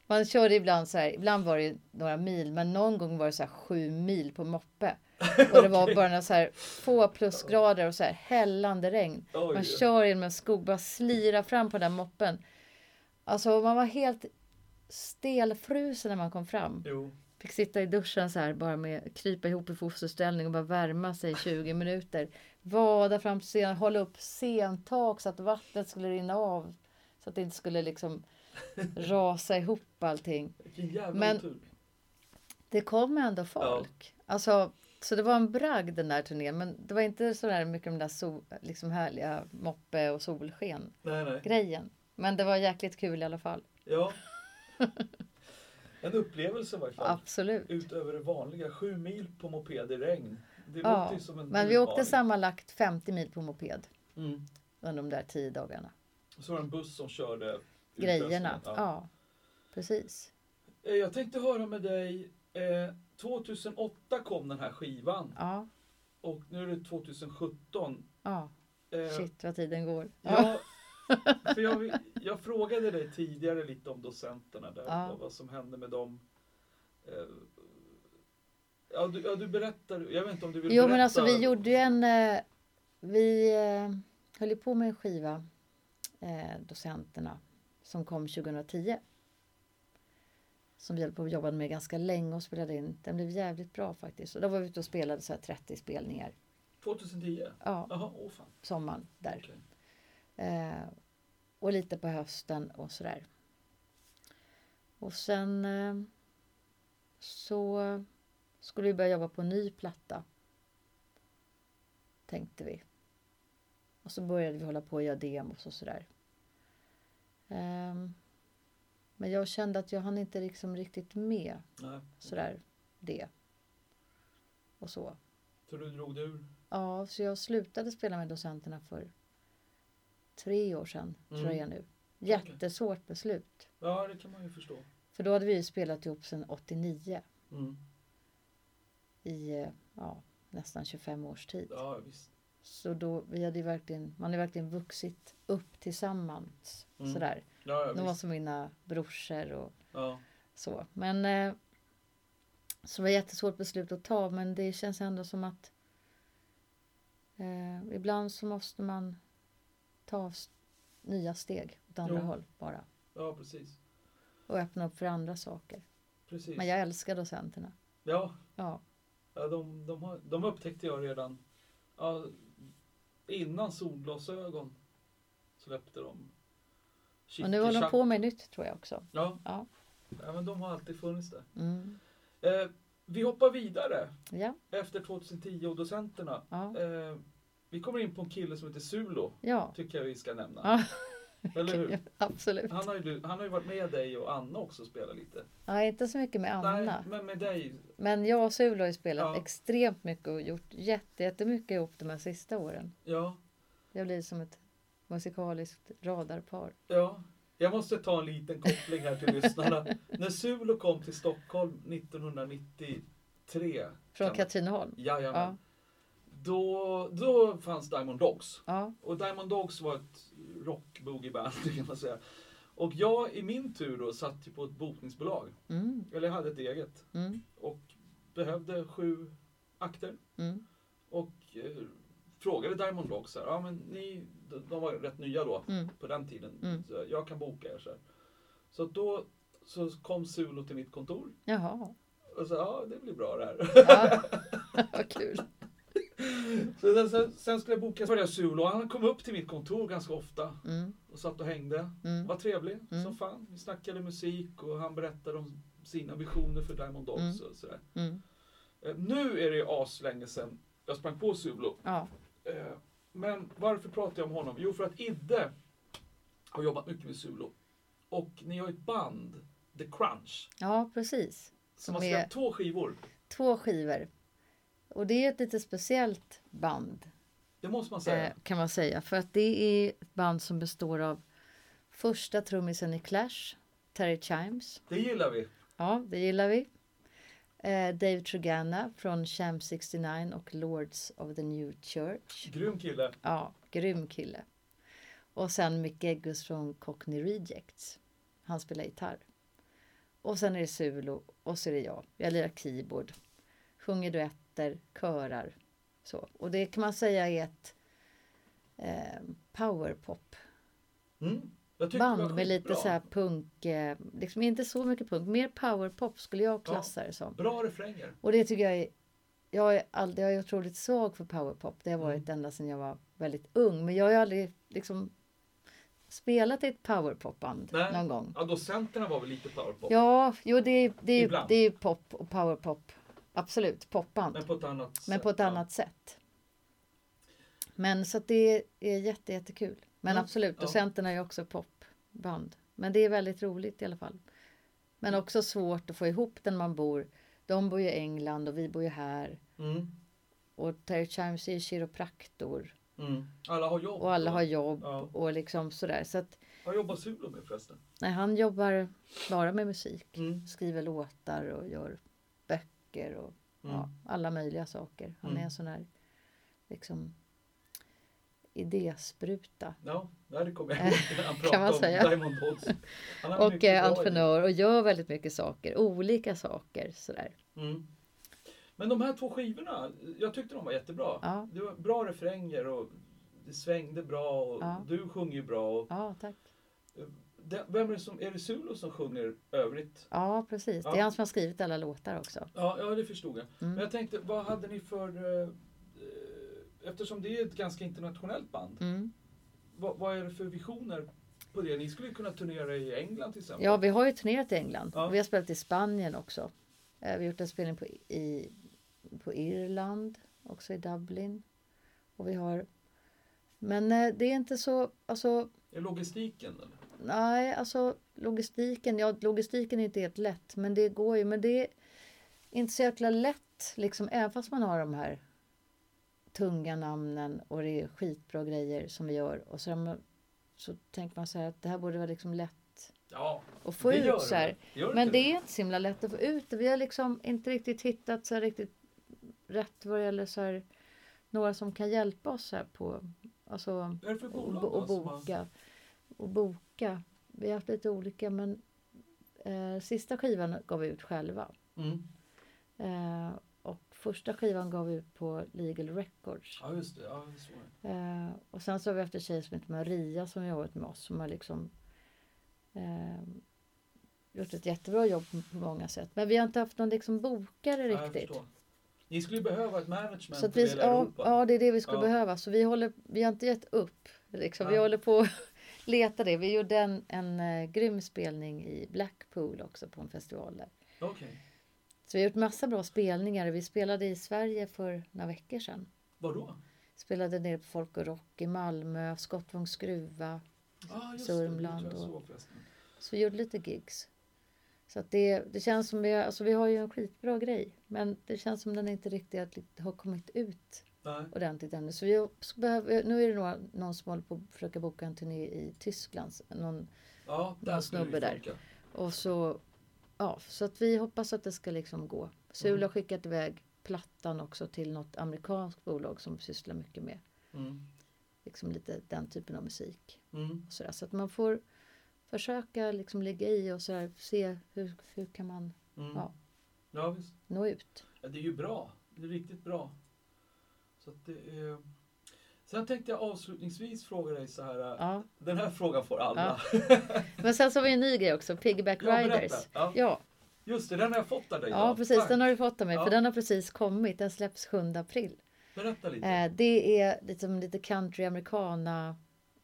Speaker 2: Man körde ibland så här. Ibland var det ju några mil, men någon gång var det så här sju mil på moppe. Och det var bara några så här få plusgrader och så här hällande regn.
Speaker 1: Oj,
Speaker 2: Man
Speaker 1: ja.
Speaker 2: kör genom en skog, bara slira fram på den där moppen. Alltså man var helt stelfrusen när man kom fram.
Speaker 1: Jo.
Speaker 2: Fick sitta i duschen så här bara med krypa ihop i fosterställning och bara värma sig i 20 minuter. Vada fram till scenen, hålla upp scentak så att vattnet skulle rinna av. Så att det inte skulle liksom rasa ihop allting.
Speaker 1: Vilken jävla
Speaker 2: Men-
Speaker 1: otur.
Speaker 2: Det kom ändå folk. Alltså, så det var en bragd den där turnén. Men det var inte så där mycket om den där sol, liksom härliga moppe och solsken
Speaker 1: Nej, nej.
Speaker 2: grejen. Men det var jäkligt kul i alla fall.
Speaker 1: Ja. En upplevelse verkligen.
Speaker 2: Absolut.
Speaker 1: Utöver det vanliga. Sju mil på moped i regn. Det
Speaker 2: Ja,
Speaker 1: låter ju som en
Speaker 2: Men vi åkte
Speaker 1: utmaning.
Speaker 2: sammanlagt 50 mil på moped
Speaker 1: Mm.
Speaker 2: under de där tio dagarna.
Speaker 1: Och så var det en buss som körde
Speaker 2: grejerna.
Speaker 1: utrustningen.
Speaker 2: Ja. precis.
Speaker 1: Eh, Jag tänkte höra med dig. Eh, 2008 kom den här skivan
Speaker 2: Ja,
Speaker 1: och nu är det 2017.
Speaker 2: ja.
Speaker 1: Eh,
Speaker 2: Shit vad tiden går. Ja.
Speaker 1: Jag, för jag, vill- jag frågade dig tidigare lite om docenterna där
Speaker 2: Ja.
Speaker 1: och vad som hände med dem. Eh, Ja, du, ja, du berättar. Jag vet inte om du vill
Speaker 2: Jo,
Speaker 1: berätta.
Speaker 2: men alltså vi gjorde ju en... eh, Vi eh, höll ju på med en skiva, eh, Docenterna, som kom 2010. Som vi höll på och jobbade med ganska länge och spelade in. Den blev jävligt bra faktiskt. Och då var vi ute och spelade så här 30 spelningar.
Speaker 1: 2010?
Speaker 2: Ja,
Speaker 1: Jaha, åh fan.
Speaker 2: sommaren där.
Speaker 1: Okej.
Speaker 2: Eh, och lite på hösten och sådär. Och sen eh, så skulle vi börja jobba på en ny platta. Tänkte vi. Och så började vi hålla på och göra demos och sådär. Ehm, men jag kände att jag hann inte liksom riktigt med
Speaker 1: Nej,
Speaker 2: sådär det. Och så.
Speaker 1: så du drog dig ur?
Speaker 2: Ja, så jag slutade spela med docenterna för tre år sedan, tror
Speaker 1: Mm.
Speaker 2: jag nu. Jättesvårt beslut.
Speaker 1: Ja, det kan man ju förstå.
Speaker 2: Mm. För då hade vi ju spelat ihop sedan 89.
Speaker 1: Mm.
Speaker 2: i eh, ja, nästan 25 års tid.
Speaker 1: Ja, visst.
Speaker 2: Så då, vi hade ju verkligen, man har verkligen vuxit upp tillsammans.
Speaker 1: Mm.
Speaker 2: Sådär.
Speaker 1: Ja,
Speaker 2: De
Speaker 1: ja,
Speaker 2: var
Speaker 1: visst.
Speaker 2: som mina brorsor och
Speaker 1: Ja,
Speaker 2: så. Men, eh, så det var ett jättesvårt beslut att ta men det känns ändå som att eh, ibland så måste man ta s- nya steg åt andra
Speaker 1: Jo.
Speaker 2: håll bara.
Speaker 1: ja precis.
Speaker 2: Och öppna upp för andra saker.
Speaker 1: precis.
Speaker 2: Men jag älskar docenterna.
Speaker 1: Ja,
Speaker 2: Ja,
Speaker 1: ja, de, de, har, de upptäckte jag redan ja, innan solglasögon släppte de.
Speaker 2: och nu håller de
Speaker 1: Tjick-tjack.
Speaker 2: på med nytt tror jag också.
Speaker 1: Ja.
Speaker 2: Ja.
Speaker 1: ja, men de har alltid funnits där.
Speaker 2: Mm.
Speaker 1: Eh, vi hoppar vidare
Speaker 2: Ja,
Speaker 1: efter 2010 och docenterna.
Speaker 2: ja,
Speaker 1: Eh, vi kommer in på en kille som heter Sulo,
Speaker 2: ja.
Speaker 1: tycker jag vi ska nämna.
Speaker 2: Ja.
Speaker 1: Eller hur?
Speaker 2: Absolut.
Speaker 1: Han har, ju, du- han har ju varit med dig och Anna också och spelat lite.
Speaker 2: Ja, inte så mycket med Anna.
Speaker 1: Nej, men med dig.
Speaker 2: Men jag och Sula har ju spelat
Speaker 1: Ja.
Speaker 2: extremt mycket och gjort jätte, jättemycket ihop de här sista åren.
Speaker 1: Ja,
Speaker 2: Jag blir som ett musikaliskt radarpar.
Speaker 1: ja. Jag måste ta en liten koppling här till lyssnarna. När Sulo kom till Stockholm 1993.
Speaker 2: Från
Speaker 1: Ja.
Speaker 2: Katrineholm.
Speaker 1: Jajamän.
Speaker 2: Ja.
Speaker 1: Då, då fanns Diamond Dogs.
Speaker 2: Ja.
Speaker 1: Och Diamond Dogs var ett rock band kan man säga. Och jag i min tur då satt ju på ett bokningsbolag.
Speaker 2: Mm,
Speaker 1: Eller jag hade ett eget.
Speaker 2: mm,
Speaker 1: Och behövde sju akter.
Speaker 2: mm,
Speaker 1: Och eh, frågade Diamond Dogs så här, ja men ni, de de var rätt nya då
Speaker 2: mm,
Speaker 1: på den tiden.
Speaker 2: Mm.
Speaker 1: Så jag kan boka er så här. Så att då så kom Sulo till mitt kontor
Speaker 2: Jaha.
Speaker 1: och sa, ja det blir bra det här.
Speaker 2: Ja. Vad kul.
Speaker 1: Så sen, sen, sen skulle jag boka, så var det Sulo, han kom upp till mitt kontor ganska ofta
Speaker 2: Mm,
Speaker 1: och satt och hängde.
Speaker 2: mm,
Speaker 1: Var trevlig
Speaker 2: Mm.
Speaker 1: som fan. Vi snackade musik och han berättade om sina visioner för Diamond Dogs och sådär.
Speaker 2: mm.
Speaker 1: Eh, Nu är det ju aslänge sedan jag sprang på Sulo.
Speaker 2: Ja.
Speaker 1: Eh, Men varför pratar jag om honom? Jo, för att Idde har jobbat mycket med Sulo. Och ni har ett band, The Crunch,
Speaker 2: ja, precis.
Speaker 1: som
Speaker 2: Som
Speaker 1: har
Speaker 2: är-
Speaker 1: släppt två skivor.
Speaker 2: Två skivor. Och det är ett lite speciellt band.
Speaker 1: Det måste man säga.
Speaker 2: eh, kan man säga. För att det är ett band som består av första trummisen i Clash, Terry Chimes.
Speaker 1: Det gillar vi.
Speaker 2: Ja, det gillar vi. Eh, Dave Trugana från Champ 69 och Lords of the New Church.
Speaker 1: Grym kille.
Speaker 2: Ja, grym kille. Och sen Mick Geggus från Cockney Rejects. Han spelar gitarr. Och sen är det Sulo och så är det jag. Jag lirar keyboard, sjunger duetter, körar. Så. Och det kan man säga är ett eh, powerpop-band
Speaker 1: Mm. Jag tycker det var
Speaker 2: med lite
Speaker 1: skitbra.
Speaker 2: så här punk, eh, liksom inte så mycket punk, mer powerpop skulle jag klassa det som.
Speaker 1: Bra refränger.
Speaker 2: Och det tycker jag är... Jag är, aldrig, jag är otroligt svag för powerpop. Det har varit
Speaker 1: Mm.
Speaker 2: ända sedan jag var väldigt ung. Men jag har ju aldrig liksom spelat i ett powerpopband
Speaker 1: Nej.
Speaker 2: någon gång.
Speaker 1: Ja, docenterna var väl lite powerpop.
Speaker 2: Ja, jo, det, är- det, är,
Speaker 1: Ibland.
Speaker 2: det är pop och powerpop. Absolut, popband.
Speaker 1: Men på ett annat sätt.
Speaker 2: Men på ett
Speaker 1: ja.
Speaker 2: annat sätt. Men så att det är jätte, jättekul. Men
Speaker 1: Mm,
Speaker 2: absolut,
Speaker 1: ja.
Speaker 2: docenterna är ju också popband. Men det är väldigt roligt i alla fall. Men
Speaker 1: Mm.
Speaker 2: också svårt att få ihop den man bor. De bor ju i England och vi bor ju här.
Speaker 1: Mm.
Speaker 2: Och Terry Chimes är ju kiropraktor.
Speaker 1: Mm. Alla har jobb.
Speaker 2: Och alla har jobb
Speaker 1: Ja.
Speaker 2: och liksom sådär. Så att
Speaker 1: Vad jobbar Sulo med förresten?
Speaker 2: nej, han jobbar bara med musik.
Speaker 1: Mm.
Speaker 2: Skriver låtar och gör böcker och
Speaker 1: Mm.
Speaker 2: ja, alla möjliga saker. Han
Speaker 1: Mm.
Speaker 2: är en sån här liksom idéspruta.
Speaker 1: Ja, ja, det kommer jag ihåg. Han
Speaker 2: Eh, Kan man
Speaker 1: pratade om
Speaker 2: säga.
Speaker 1: Diamond Dogs. Han har
Speaker 2: Och
Speaker 1: mycket
Speaker 2: eh,
Speaker 1: bra
Speaker 2: entreprenör och gör väldigt mycket saker, olika saker sådär.
Speaker 1: Mm. Men de här två skivorna, jag tyckte de var jättebra.
Speaker 2: Ja.
Speaker 1: Det var bra refränger och det svängde bra och
Speaker 2: Ja.
Speaker 1: du sjunger ju bra. Och
Speaker 2: Ja, tack.
Speaker 1: det, vem är det som, är det Sulo som sjunger övrigt?
Speaker 2: Ja, precis. Det
Speaker 1: Ja.
Speaker 2: är han som har skrivit alla låtar också.
Speaker 1: Ja, ja det förstod jag. Men
Speaker 2: Mm.
Speaker 1: jag tänkte, vad hade ni för... eh, Eh, eftersom det är ett ganska internationellt band,
Speaker 2: Mm.
Speaker 1: vad, vad är det för visioner på det? Ni skulle ju kunna turnera i England till exempel.
Speaker 2: Ja, vi har ju turnerat i England.
Speaker 1: Ja.
Speaker 2: och Vi har spelat i Spanien också. Eh, Vi har gjort en spelning på, i, på Irland, också i Dublin. Och vi har... Men eh, det är inte så... Alltså,
Speaker 1: Är logistiken eller?
Speaker 2: Nej, alltså logistiken, ja logistiken är inte helt lätt, men det går ju. Men det är inte så jäkla lätt, liksom, även fast man har de här tunga namnen och det är skitbra grejer som vi gör. Och så, har man- så tänker man så här att det här borde vara liksom lätt
Speaker 1: Ja,
Speaker 2: att få
Speaker 1: det gör
Speaker 2: ut. Så här.
Speaker 1: det. Gör
Speaker 2: Men
Speaker 1: inte
Speaker 2: det är inte så himla lätt att få ut det. Vi har liksom inte riktigt hittat så här riktigt rätt vad det gäller så här, några som kan hjälpa oss här på alltså,
Speaker 1: Vad är det för
Speaker 2: och,
Speaker 1: bolag
Speaker 2: bo- och
Speaker 1: då som har-
Speaker 2: boka. Och boka. Vi har haft lite olika men eh, sista skivan gav vi ut själva.
Speaker 1: Mm.
Speaker 2: Eh, och första skivan gav vi ut på Legal Records.
Speaker 1: Ja just det, ja, det såg jag.
Speaker 2: Eh, och sen så har vi haft en tjej som heter Maria som har jobbat med oss som har liksom eh, gjort ett jättebra jobb på, på många sätt. Men vi har inte haft någon liksom bokare
Speaker 1: Ja, jag
Speaker 2: riktigt.
Speaker 1: förstår. Ni skulle ju behöva ett management
Speaker 2: Så att
Speaker 1: för
Speaker 2: vi,
Speaker 1: hela
Speaker 2: ja,
Speaker 1: Europa.
Speaker 2: ja, det är det vi skulle
Speaker 1: Ja.
Speaker 2: behöva. Så vi, håller, vi har inte gett upp. Liksom. Vi
Speaker 1: Nej.
Speaker 2: håller på att leta det. Vi gjorde en, en eh, grym spelning i Blackpool också på en festival där.
Speaker 1: Okej.
Speaker 2: Så vi har gjort massa bra spelningar. Vi spelade i Sverige för några veckor sedan.
Speaker 1: Vadå?
Speaker 2: Spelade nere på Folk och Rock i Malmö, Skottvångs skruva.
Speaker 1: Ah, just
Speaker 2: Sörmland
Speaker 1: det, det tror jag
Speaker 2: och-
Speaker 1: såg förresten.
Speaker 2: Så vi gjorde lite gigs. Så att det, det känns som vi, har- alltså vi har ju en skitbra grej. Men det känns som den inte riktigt har kommit ut
Speaker 1: Nej.
Speaker 2: ordentligt ännu. Så vi behöver, nu är det några, någon som håller på att försöka boka en turné i Tyskland. Någon,
Speaker 1: Ja, där
Speaker 2: Någon
Speaker 1: skulle det ju
Speaker 2: snubbe där.
Speaker 1: funka.
Speaker 2: och så, ja, så att vi hoppas att det ska liksom gå. Sul har skickat iväg plattan också till något amerikanskt bolag som sysslar mycket med
Speaker 1: Mm.
Speaker 2: liksom lite den typen av musik.
Speaker 1: Mm.
Speaker 2: Och sådär. Så att man får försöka liksom ligga i och sådär, se hur, hur kan man
Speaker 1: Mm.
Speaker 2: Ja.
Speaker 1: ja, visst.
Speaker 2: nå ut.
Speaker 1: Ja, det är ju bra. Det är riktigt bra. Så att det är... Sen tänkte jag avslutningsvis fråga dig så här.
Speaker 2: Ja.
Speaker 1: Den här frågan får alla.
Speaker 2: Men sen så var ju en ny grej också, Piggyback
Speaker 1: Ja, berätta.
Speaker 2: Riders.
Speaker 1: Ja.
Speaker 2: Ja,
Speaker 1: Just det, den har jag fått av dig
Speaker 2: ja,
Speaker 1: idag.
Speaker 2: precis.
Speaker 1: Tack.
Speaker 2: Den har du fått av mig,
Speaker 1: Ja.
Speaker 2: för den har precis kommit. Den släpps 7 april.
Speaker 1: Berätta lite.
Speaker 2: Eh, det är liksom lite country americana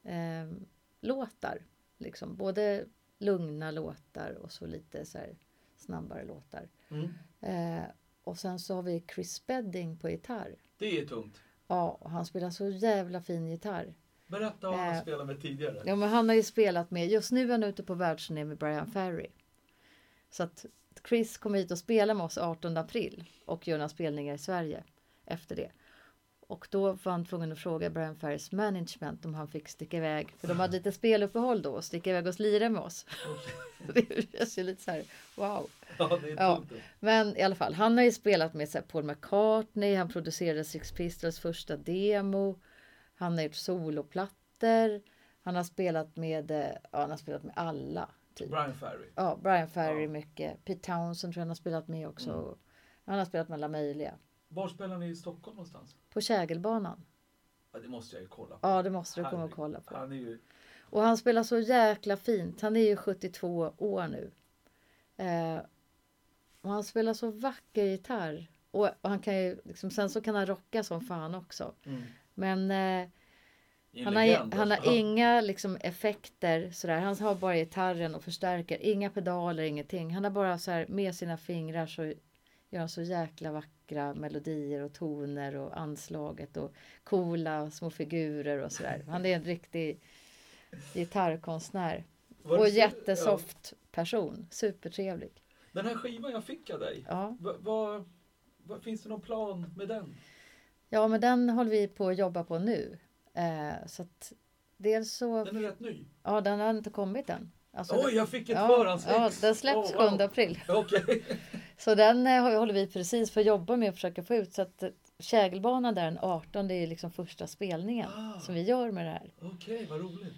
Speaker 2: eh, låtar. Liksom. Både lugna låtar och så lite så här snabbare låtar.
Speaker 1: Mm.
Speaker 2: Eh, och sen så har vi Chris Bedding på gitarr.
Speaker 1: Det är tungt.
Speaker 2: Ja, och han spelar så jävla fin gitarr.
Speaker 1: Berätta vad han
Speaker 2: Eh.
Speaker 1: spelade med tidigare.
Speaker 2: Ja, men han har ju spelat med, just nu är han ute på världsturné med Brian Ferry. Så att Chris kommer hit och spelar med oss 18 april och gör några spelningar i Sverige efter det. Och då var han tvungen att fråga Brian Ferrys management om han fick sticka iväg, för de hade lite speluppehåll då, och sticka iväg och lira med oss. det känns ju lite så här, wow.
Speaker 1: Ja, det är
Speaker 2: Ja.
Speaker 1: tungt.
Speaker 2: Men i alla fall, han har ju spelat med så här Paul McCartney, han producerade Six Pistols första demo, han har gjort soloplattor, han har spelet med, eh, ja, han har spelat med alla. Typ.
Speaker 1: Brian Ferry.
Speaker 2: Ja, Brian Ferry
Speaker 1: Ja.
Speaker 2: mycket, Pete Townsend tror jag han har spelat med också.
Speaker 1: Mm.
Speaker 2: Han har spelat med alla möjliga.
Speaker 1: Var spelar ni i Stockholm någonstans?
Speaker 2: På Kägelbanan.
Speaker 1: Ja, det måste jag ju kolla på.
Speaker 2: Ja, det måste du komma och
Speaker 1: Herregud.
Speaker 2: kolla på.
Speaker 1: Han är ju...
Speaker 2: Och han spelar så jäkla fint. Han är ju 72 år nu. Eh, och han spelar så vacker gitarr. Och, och han kan ju, liksom, sen så kan han rocka som fan också.
Speaker 1: Mm.
Speaker 2: Men eh,
Speaker 1: en
Speaker 2: han, har,
Speaker 1: legend,
Speaker 2: han har
Speaker 1: alltså.
Speaker 2: inga liksom, effekter sådär. Han har bara gitarren och förstärker. Inga pedaler, ingenting. Han har bara så här med sina fingrar så gör han så jäkla vackra melodier och toner och anslaget och coola små figurer och sådär. Han är en riktig gitarrkonstnär
Speaker 1: Var
Speaker 2: och
Speaker 1: det så-
Speaker 2: jättesoft person. Supertrevlig.
Speaker 1: Ja. Den här skivan jag fick av dig.
Speaker 2: Ja.
Speaker 1: Vad... vad- vad- Finns det någon plan med den?
Speaker 2: ja, men den håller vi på att jobba på nu. Eh, så att dels så...
Speaker 1: Den är rätt ny.
Speaker 2: Ja, den har inte kommit än. Alltså,
Speaker 1: Oj, jag fick ett
Speaker 2: Ja,
Speaker 1: förhandsex!
Speaker 2: ja, den släpps
Speaker 1: Åh, wow.
Speaker 2: 7 april.
Speaker 1: Okej.
Speaker 2: Så den eh, har- håller vi precis på att jobba med och försöka få ut. Så att eh, Kägelbanan där den 18, det är liksom första spelningen
Speaker 1: Ah.
Speaker 2: som vi gör med det här.
Speaker 1: Okej, vad roligt.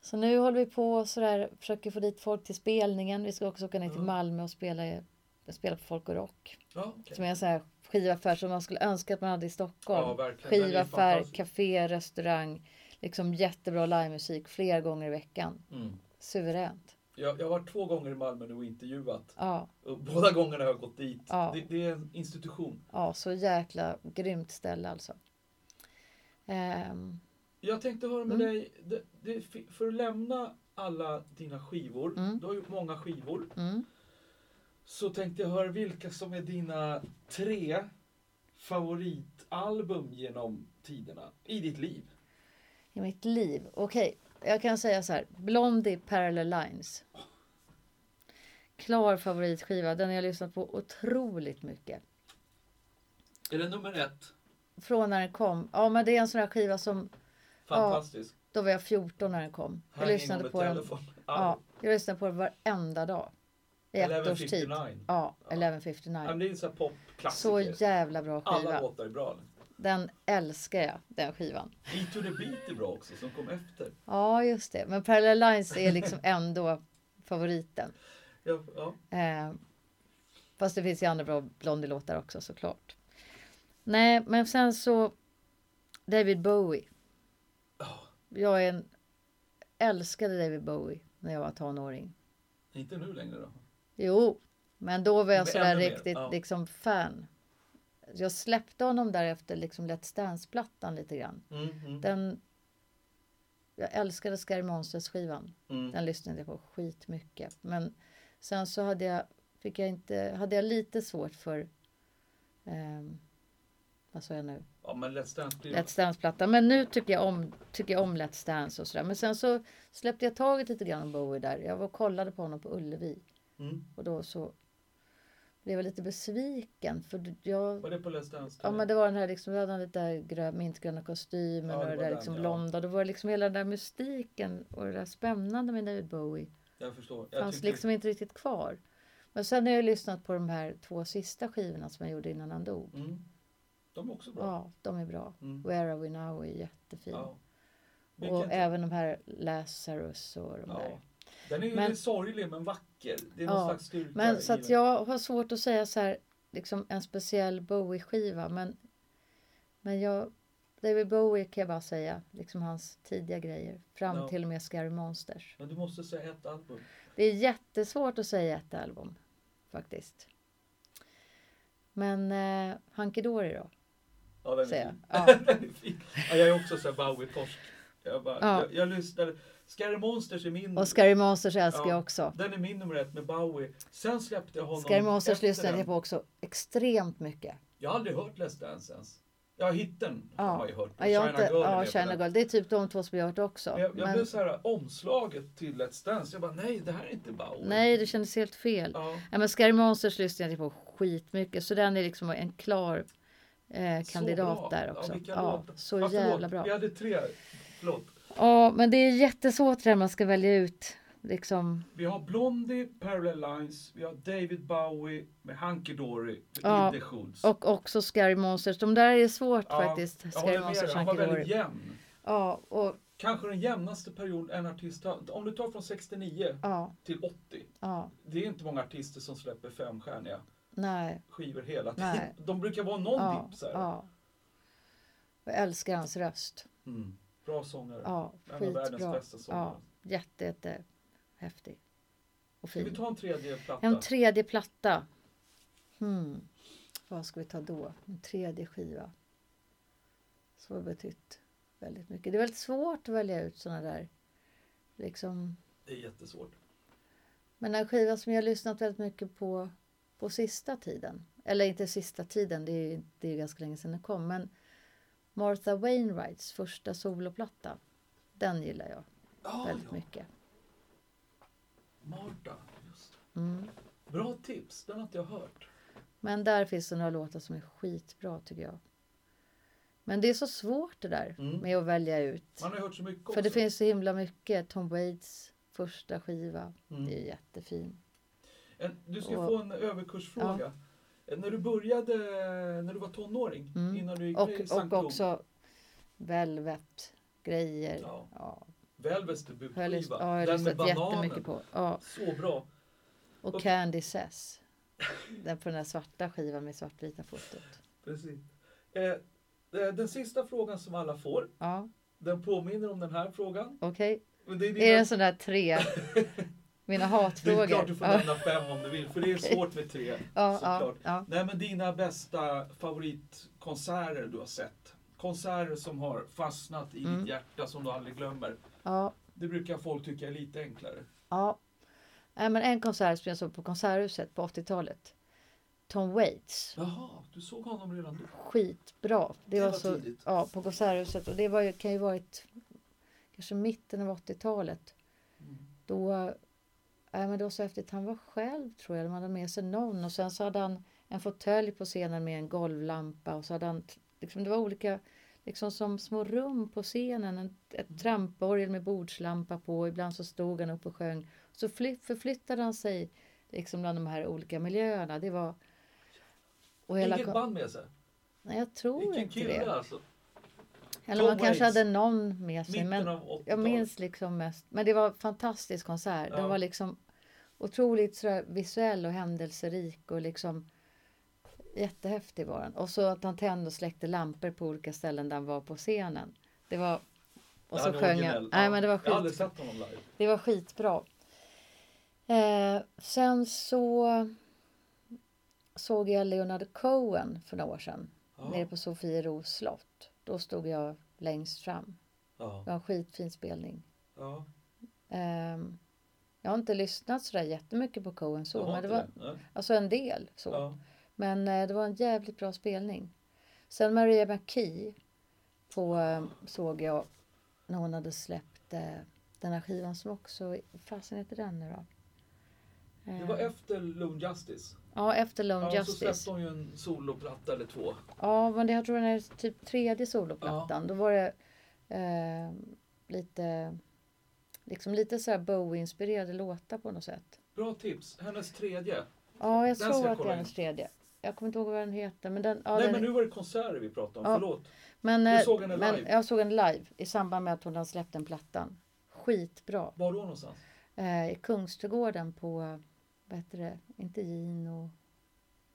Speaker 2: Så nu håller vi på och sådär, försöker få dit folk till spelningen. Vi ska också åka ner till
Speaker 1: Ja.
Speaker 2: Malmö och spela, i- spela på Folk och Rock.
Speaker 1: Ja, okej.
Speaker 2: Som är en sån här skivaffär som man skulle önska att man hade i
Speaker 1: ja
Speaker 2: Stockholm.
Speaker 1: verkligen. Den är
Speaker 2: Skivaffär,
Speaker 1: fantastisk.
Speaker 2: café, restaurang. Liksom jättebra livemusik flera gånger i veckan.
Speaker 1: Mm.
Speaker 2: Suveränt.
Speaker 1: Jag, jag har varit två gånger i Malmö nu och intervjuat.
Speaker 2: Ja,
Speaker 1: Och båda gångerna har jag gått dit.
Speaker 2: Ja.
Speaker 1: Det, det är en institution.
Speaker 2: ja, så jäkla grymt ställe alltså. Ehm,
Speaker 1: Jag tänkte höra med
Speaker 2: Mm.
Speaker 1: dig, det, det, för att lämna alla dina skivor,
Speaker 2: Mm.
Speaker 1: du har gjort många skivor,
Speaker 2: mm.
Speaker 1: så tänkte jag höra vilka som är dina tre favoritalbum genom tiderna i ditt liv.
Speaker 2: I mitt liv. Okej, jag kan säga så här. Blondie Parallel Lines. Klar favoritskiva. Den har jag lyssnat på otroligt mycket.
Speaker 1: Är det nummer ett?
Speaker 2: Från när den kom. Ja, men det är en sån här skiva som...
Speaker 1: Fantastisk.
Speaker 2: Då var jag 14 när den kom. Jag
Speaker 1: Hanging
Speaker 2: lyssnade
Speaker 1: on a
Speaker 2: på den.
Speaker 1: telephone. Ja.
Speaker 2: Ja, jag lyssnade på den varenda dag. i ett års tid.
Speaker 1: 1159.
Speaker 2: Ja,
Speaker 1: Ja.
Speaker 2: Eleven59.
Speaker 1: Ja, men det är en sån här
Speaker 2: Så
Speaker 1: popklassiker.
Speaker 2: jävla bra
Speaker 1: Alla
Speaker 2: skiva.
Speaker 1: låtar är bra.
Speaker 2: Den älskar jag, den skivan.
Speaker 1: Beat to the beat är bra också, som kom efter.
Speaker 2: Ja, just det. Men Parallel Lines är liksom ändå favoriten.
Speaker 1: Ja, ja.
Speaker 2: Eh, fast det finns ju andra bra Blondie-låtar också såklart. Nej, men sen så David Bowie.
Speaker 1: Ja,
Speaker 2: Jag är en, älskade David Bowie när jag var tonåring.
Speaker 1: inte nu längre då.
Speaker 2: Jo, men då var jag
Speaker 1: Men
Speaker 2: sådär
Speaker 1: ännu mer,
Speaker 2: riktigt
Speaker 1: ja.
Speaker 2: liksom fan. Jag släppte honom därefter liksom Let's Dance-plattan lite grann.
Speaker 1: Mm, mm,
Speaker 2: Den, jag älskade Scary Monsters-skivan.
Speaker 1: mm.
Speaker 2: Den lyssnade jag på skitmycket. Men sen så hade jag, fick jag inte, hade jag lite svårt för ehm, vad sa jag nu?
Speaker 1: Ja, men Let's Dance blir
Speaker 2: Let's Dance-plattan. Men nu tycker jag om, tycker jag om Let's Dance och sådär. Men sen så släppte jag taget lite grann om Bowie där. Jag var och kollade på honom på Ullevi.
Speaker 1: Mm.
Speaker 2: Och då så blev jag lite besviken. För jag,
Speaker 1: Var det på Let's Dance?
Speaker 2: ja men det var den här liksom, då hade han lite där grö, mintgröna kostymen
Speaker 1: Ja, det
Speaker 2: och det
Speaker 1: var
Speaker 2: där
Speaker 1: den,
Speaker 2: liksom
Speaker 1: ja.
Speaker 2: blonda. Det var liksom hela den där mystiken och det där spännande med David Bowie.
Speaker 1: Jag förstår. Jag
Speaker 2: Fanns
Speaker 1: tyckte-
Speaker 2: liksom inte riktigt kvar. Men sen har jag lyssnat på de här två sista skivorna som jag gjorde innan han dog.
Speaker 1: Mm. De är också bra.
Speaker 2: Ja, de är bra.
Speaker 1: Mm.
Speaker 2: Where Are We Now är jättefin.
Speaker 1: Ja.
Speaker 2: och
Speaker 1: Vilken-
Speaker 2: även de här Lazarus och de där.
Speaker 1: ja. Den är ju
Speaker 2: Men-
Speaker 1: lite sorglig men vacker. Det är någon
Speaker 2: Ja,
Speaker 1: slags styrka
Speaker 2: Men så
Speaker 1: i
Speaker 2: att
Speaker 1: den.
Speaker 2: jag har svårt att säga så här, liksom en speciell Bowie-skiva, men, men jag, David Bowie kan jag bara säga, liksom hans tidiga grejer, fram
Speaker 1: Ja.
Speaker 2: till och med Scary Monsters.
Speaker 1: Men du måste säga ett album.
Speaker 2: Det är jättesvårt att säga ett album, faktiskt. Men eh, Hunky Dory då,
Speaker 1: Ja, den är
Speaker 2: säger
Speaker 1: fin.
Speaker 2: jag. Ja.
Speaker 1: Den är fin. Ja, jag är också så här Bowie-torsk. Jag, bara,
Speaker 2: Ja.
Speaker 1: jag, jag lyssnade. Scary Monsters är min.
Speaker 2: Och Scary Monsters älskar
Speaker 1: Ja.
Speaker 2: jag också.
Speaker 1: Den är min nummer ett med Bowie. Sen släppte jag honom.
Speaker 2: Scary Monsters
Speaker 1: efter
Speaker 2: lyssnade
Speaker 1: den.
Speaker 2: jag på också extremt mycket.
Speaker 1: Jag har aldrig hört Let's Dance ens. Ja, hitten
Speaker 2: Ja.
Speaker 1: har man ju hört.
Speaker 2: Ja, jag har
Speaker 1: China
Speaker 2: inte,
Speaker 1: Girl är
Speaker 2: ja,
Speaker 1: med på
Speaker 2: China
Speaker 1: den.
Speaker 2: Girl. Det är typ de två som jag har hört också.
Speaker 1: Men Jag, jag
Speaker 2: men,
Speaker 1: blev så här omslaget till Let's Dance. Jag bara nej, det här är inte Bowie.
Speaker 2: nej, det kändes helt fel.
Speaker 1: Ja.
Speaker 2: Ja, men Scary Monsters lyssnar jag på skitmycket så den är liksom en klar eh,
Speaker 1: Så
Speaker 2: kandidat
Speaker 1: bra.
Speaker 2: där
Speaker 1: Ja,
Speaker 2: också.
Speaker 1: vilka
Speaker 2: Ja,
Speaker 1: låtar. Alltså,
Speaker 2: så
Speaker 1: Ja, förlåt.
Speaker 2: jävla bra.
Speaker 1: Vi hade tre. Förlåt.
Speaker 2: Ja, men det är jättesvårt när man ska välja ut liksom.
Speaker 1: Vi har Blondie, Parallel Lines, vi har David Bowie med Hunky Dory,
Speaker 2: Ja,
Speaker 1: Inde Schultz.
Speaker 2: Och också Scary Monsters. De där är svårt
Speaker 1: Ja,
Speaker 2: faktiskt.
Speaker 1: jag
Speaker 2: Scary
Speaker 1: håller med dig,
Speaker 2: Monsters,
Speaker 1: han var
Speaker 2: Hunky
Speaker 1: väldigt
Speaker 2: Dory.
Speaker 1: jämn.
Speaker 2: Ja, och
Speaker 1: Kanske den jämnaste period en artist har. Om du tar från 69
Speaker 2: ja,
Speaker 1: till 80.
Speaker 2: ja,
Speaker 1: Det är inte många artister som släpper femstjärniga
Speaker 2: nej,
Speaker 1: skivor hela
Speaker 2: Nej.
Speaker 1: tiden. De brukar vara någon
Speaker 2: ja,
Speaker 1: dipp så här.
Speaker 2: ja. Jag älskar hans röst.
Speaker 1: Mm. Bra sångare.
Speaker 2: Ja,
Speaker 1: en av världens
Speaker 2: skitbra.
Speaker 1: bästa sångare.
Speaker 2: Ja, jätte, jätte häftig. Och
Speaker 1: Ska vi
Speaker 2: fin.
Speaker 1: ta en tredje platta?
Speaker 2: En tredje platta. Hmm. Vad ska vi ta då? En tredje skiva. Som har betytt väldigt mycket. Det är väldigt svårt att välja ut sådana där. Liksom.
Speaker 1: Det är jättesvårt.
Speaker 2: Men en skiva som jag har lyssnat väldigt mycket på på sista tiden. Eller inte sista tiden, det är ju det är ju ganska länge sedan den kom. Men Martha Wainwrights första soloplatta. Den gillar jag
Speaker 1: Ja,
Speaker 2: väldigt
Speaker 1: Ah, ja.
Speaker 2: mycket.
Speaker 1: Marta. Just.
Speaker 2: Mm.
Speaker 1: det. Bra tips, den har inte jag hört.
Speaker 2: Men där finns det några låtar som är skitbra tycker jag. Men det är så svårt det där
Speaker 1: Mm.
Speaker 2: med att välja ut.
Speaker 1: Man har ju hört så mycket
Speaker 2: För det
Speaker 1: också.
Speaker 2: finns så himla mycket. Tom Waits första skiva.
Speaker 1: Mm.
Speaker 2: Det är jättefin.
Speaker 1: En, du ska
Speaker 2: Och-
Speaker 1: få en överkursfråga. Eh, När du började, när du var tonåring,
Speaker 2: Mm.
Speaker 1: innan du gick
Speaker 2: Och,
Speaker 1: med i Sankt
Speaker 2: och också Velvet grejer.
Speaker 1: Ja.
Speaker 2: Ja,
Speaker 1: Velvets
Speaker 2: har jag
Speaker 1: debutskiva,
Speaker 2: lyssnat- ja, jag har
Speaker 1: den med
Speaker 2: lyssnat
Speaker 1: bananen.
Speaker 2: jättemycket på. Ja.
Speaker 1: Så bra.
Speaker 2: Och
Speaker 1: Och-
Speaker 2: Candy Says. Den på den där svarta skivan med svartvita fotot.
Speaker 1: Precis. Eh, eh, den sista frågan som alla får,
Speaker 2: Ja,
Speaker 1: den påminner om den här frågan.
Speaker 2: okej.
Speaker 1: Men det är,
Speaker 2: Är det en
Speaker 1: dina,
Speaker 2: sån där tre? Mina
Speaker 1: det
Speaker 2: hatfrågor.
Speaker 1: är klart du får
Speaker 2: ja.
Speaker 1: nämna fem om du vill, för det är
Speaker 2: Okej.
Speaker 1: svårt med tre.
Speaker 2: Ja, ja,
Speaker 1: såklart.
Speaker 2: ja.
Speaker 1: Nej men dina bästa favoritkonserter du har sett? Konserter som har fastnat i
Speaker 2: Mm.
Speaker 1: ditt hjärta som du aldrig glömmer.
Speaker 2: ja.
Speaker 1: Det brukar folk tycka är lite enklare.
Speaker 2: Ja. Nej, men en konsert som jag såg på Konserthuset på 80-talet. Tom Waits.
Speaker 1: Jaha, du såg honom redan då?
Speaker 2: Skitbra. Det,
Speaker 1: Det
Speaker 2: var,
Speaker 1: var
Speaker 2: så,
Speaker 1: tidigt.
Speaker 2: ja, på Konserthuset. Och det var, ju- kan ju varit kanske mitten av 80-talet.
Speaker 1: Mm.
Speaker 2: Då, nej, men då så häftigt. Han var själv tror jag. De hade med sig någon. Och sen så hade han en fåtölj på scenen med en golvlampa. Och så hade han, t- liksom, det var olika, liksom som små rum på scenen. En, ett tramporgel med bordslampa på. Ibland så stod han upp och sjöng. Så fly, förflyttade han sig liksom bland de här olika miljöerna. Det var... Och hela
Speaker 1: Inget
Speaker 2: ko-
Speaker 1: band med sig.
Speaker 2: Nej, jag tror
Speaker 1: Vilken
Speaker 2: inte
Speaker 1: kille
Speaker 2: det.
Speaker 1: alltså.
Speaker 2: Eller
Speaker 1: Tom
Speaker 2: man kanske
Speaker 1: Waits.
Speaker 2: hade någon med sig.
Speaker 1: Mitten
Speaker 2: Men
Speaker 1: av 80-talet.
Speaker 2: jag minns liksom mest. Men det var en fantastisk konsert.
Speaker 1: Ja.
Speaker 2: Den var liksom otroligt sådär visuell och händelserik och liksom jättehäftig var den. Och så att han tände och släckte lampor på olika ställen där han var på scenen. Det var...
Speaker 1: Ja,
Speaker 2: Och så
Speaker 1: han är
Speaker 2: sjöng
Speaker 1: originell.
Speaker 2: han. Nej,
Speaker 1: Ja.
Speaker 2: men det var
Speaker 1: Jag har aldrig
Speaker 2: skit.
Speaker 1: sett honom live.
Speaker 2: Det var skitbra. Eh, sen så såg jag Leonard Cohen för några år sedan nere
Speaker 1: Ja.
Speaker 2: på Sofiero slott. Då stod jag längst fram.
Speaker 1: Ja.
Speaker 2: Det var en skitfin spelning.
Speaker 1: Ja.
Speaker 2: Ehm, jag har inte lyssnat sådär jättemycket på Cohen så,
Speaker 1: Jag har
Speaker 2: men det
Speaker 1: inte
Speaker 2: var
Speaker 1: Nej.
Speaker 2: alltså en del så.
Speaker 1: Ja.
Speaker 2: Men eh, det var en jävligt bra spelning. Sen Maria McKee på, eh, såg jag när hon hade släppt eh, den här skivan som också, fasen heter den nu då? Eh,
Speaker 1: Det var efter Lone Justice.
Speaker 2: ja, efter Lone
Speaker 1: ja, så
Speaker 2: Justice.
Speaker 1: släppte hon ju en soloplatta eller två.
Speaker 2: Ja, men det, jag tror den är typ tredje soloplattan. Då var det eh, lite, liksom lite så här Bowie-inspirerade låtar på något sätt.
Speaker 1: Bra tips. Hennes tredje.
Speaker 2: Ja, jag
Speaker 1: Den ska
Speaker 2: tror
Speaker 1: jag
Speaker 2: att det är
Speaker 1: kolla
Speaker 2: hennes
Speaker 1: in.
Speaker 2: tredje. Jag kommer inte ihåg vad den heter, men den... Ja,
Speaker 1: Nej
Speaker 2: den
Speaker 1: men nu var det konserter vi pratade om,
Speaker 2: Ja.
Speaker 1: förlåt.
Speaker 2: men,
Speaker 1: du
Speaker 2: eh,
Speaker 1: såg henne
Speaker 2: men
Speaker 1: live?
Speaker 2: Jag såg henne live i samband med att hon hade släppt den plattan. Skitbra.
Speaker 1: Var då någonstans?
Speaker 2: Eh, I Kungsträdgården på, vad heter det, inte Gino,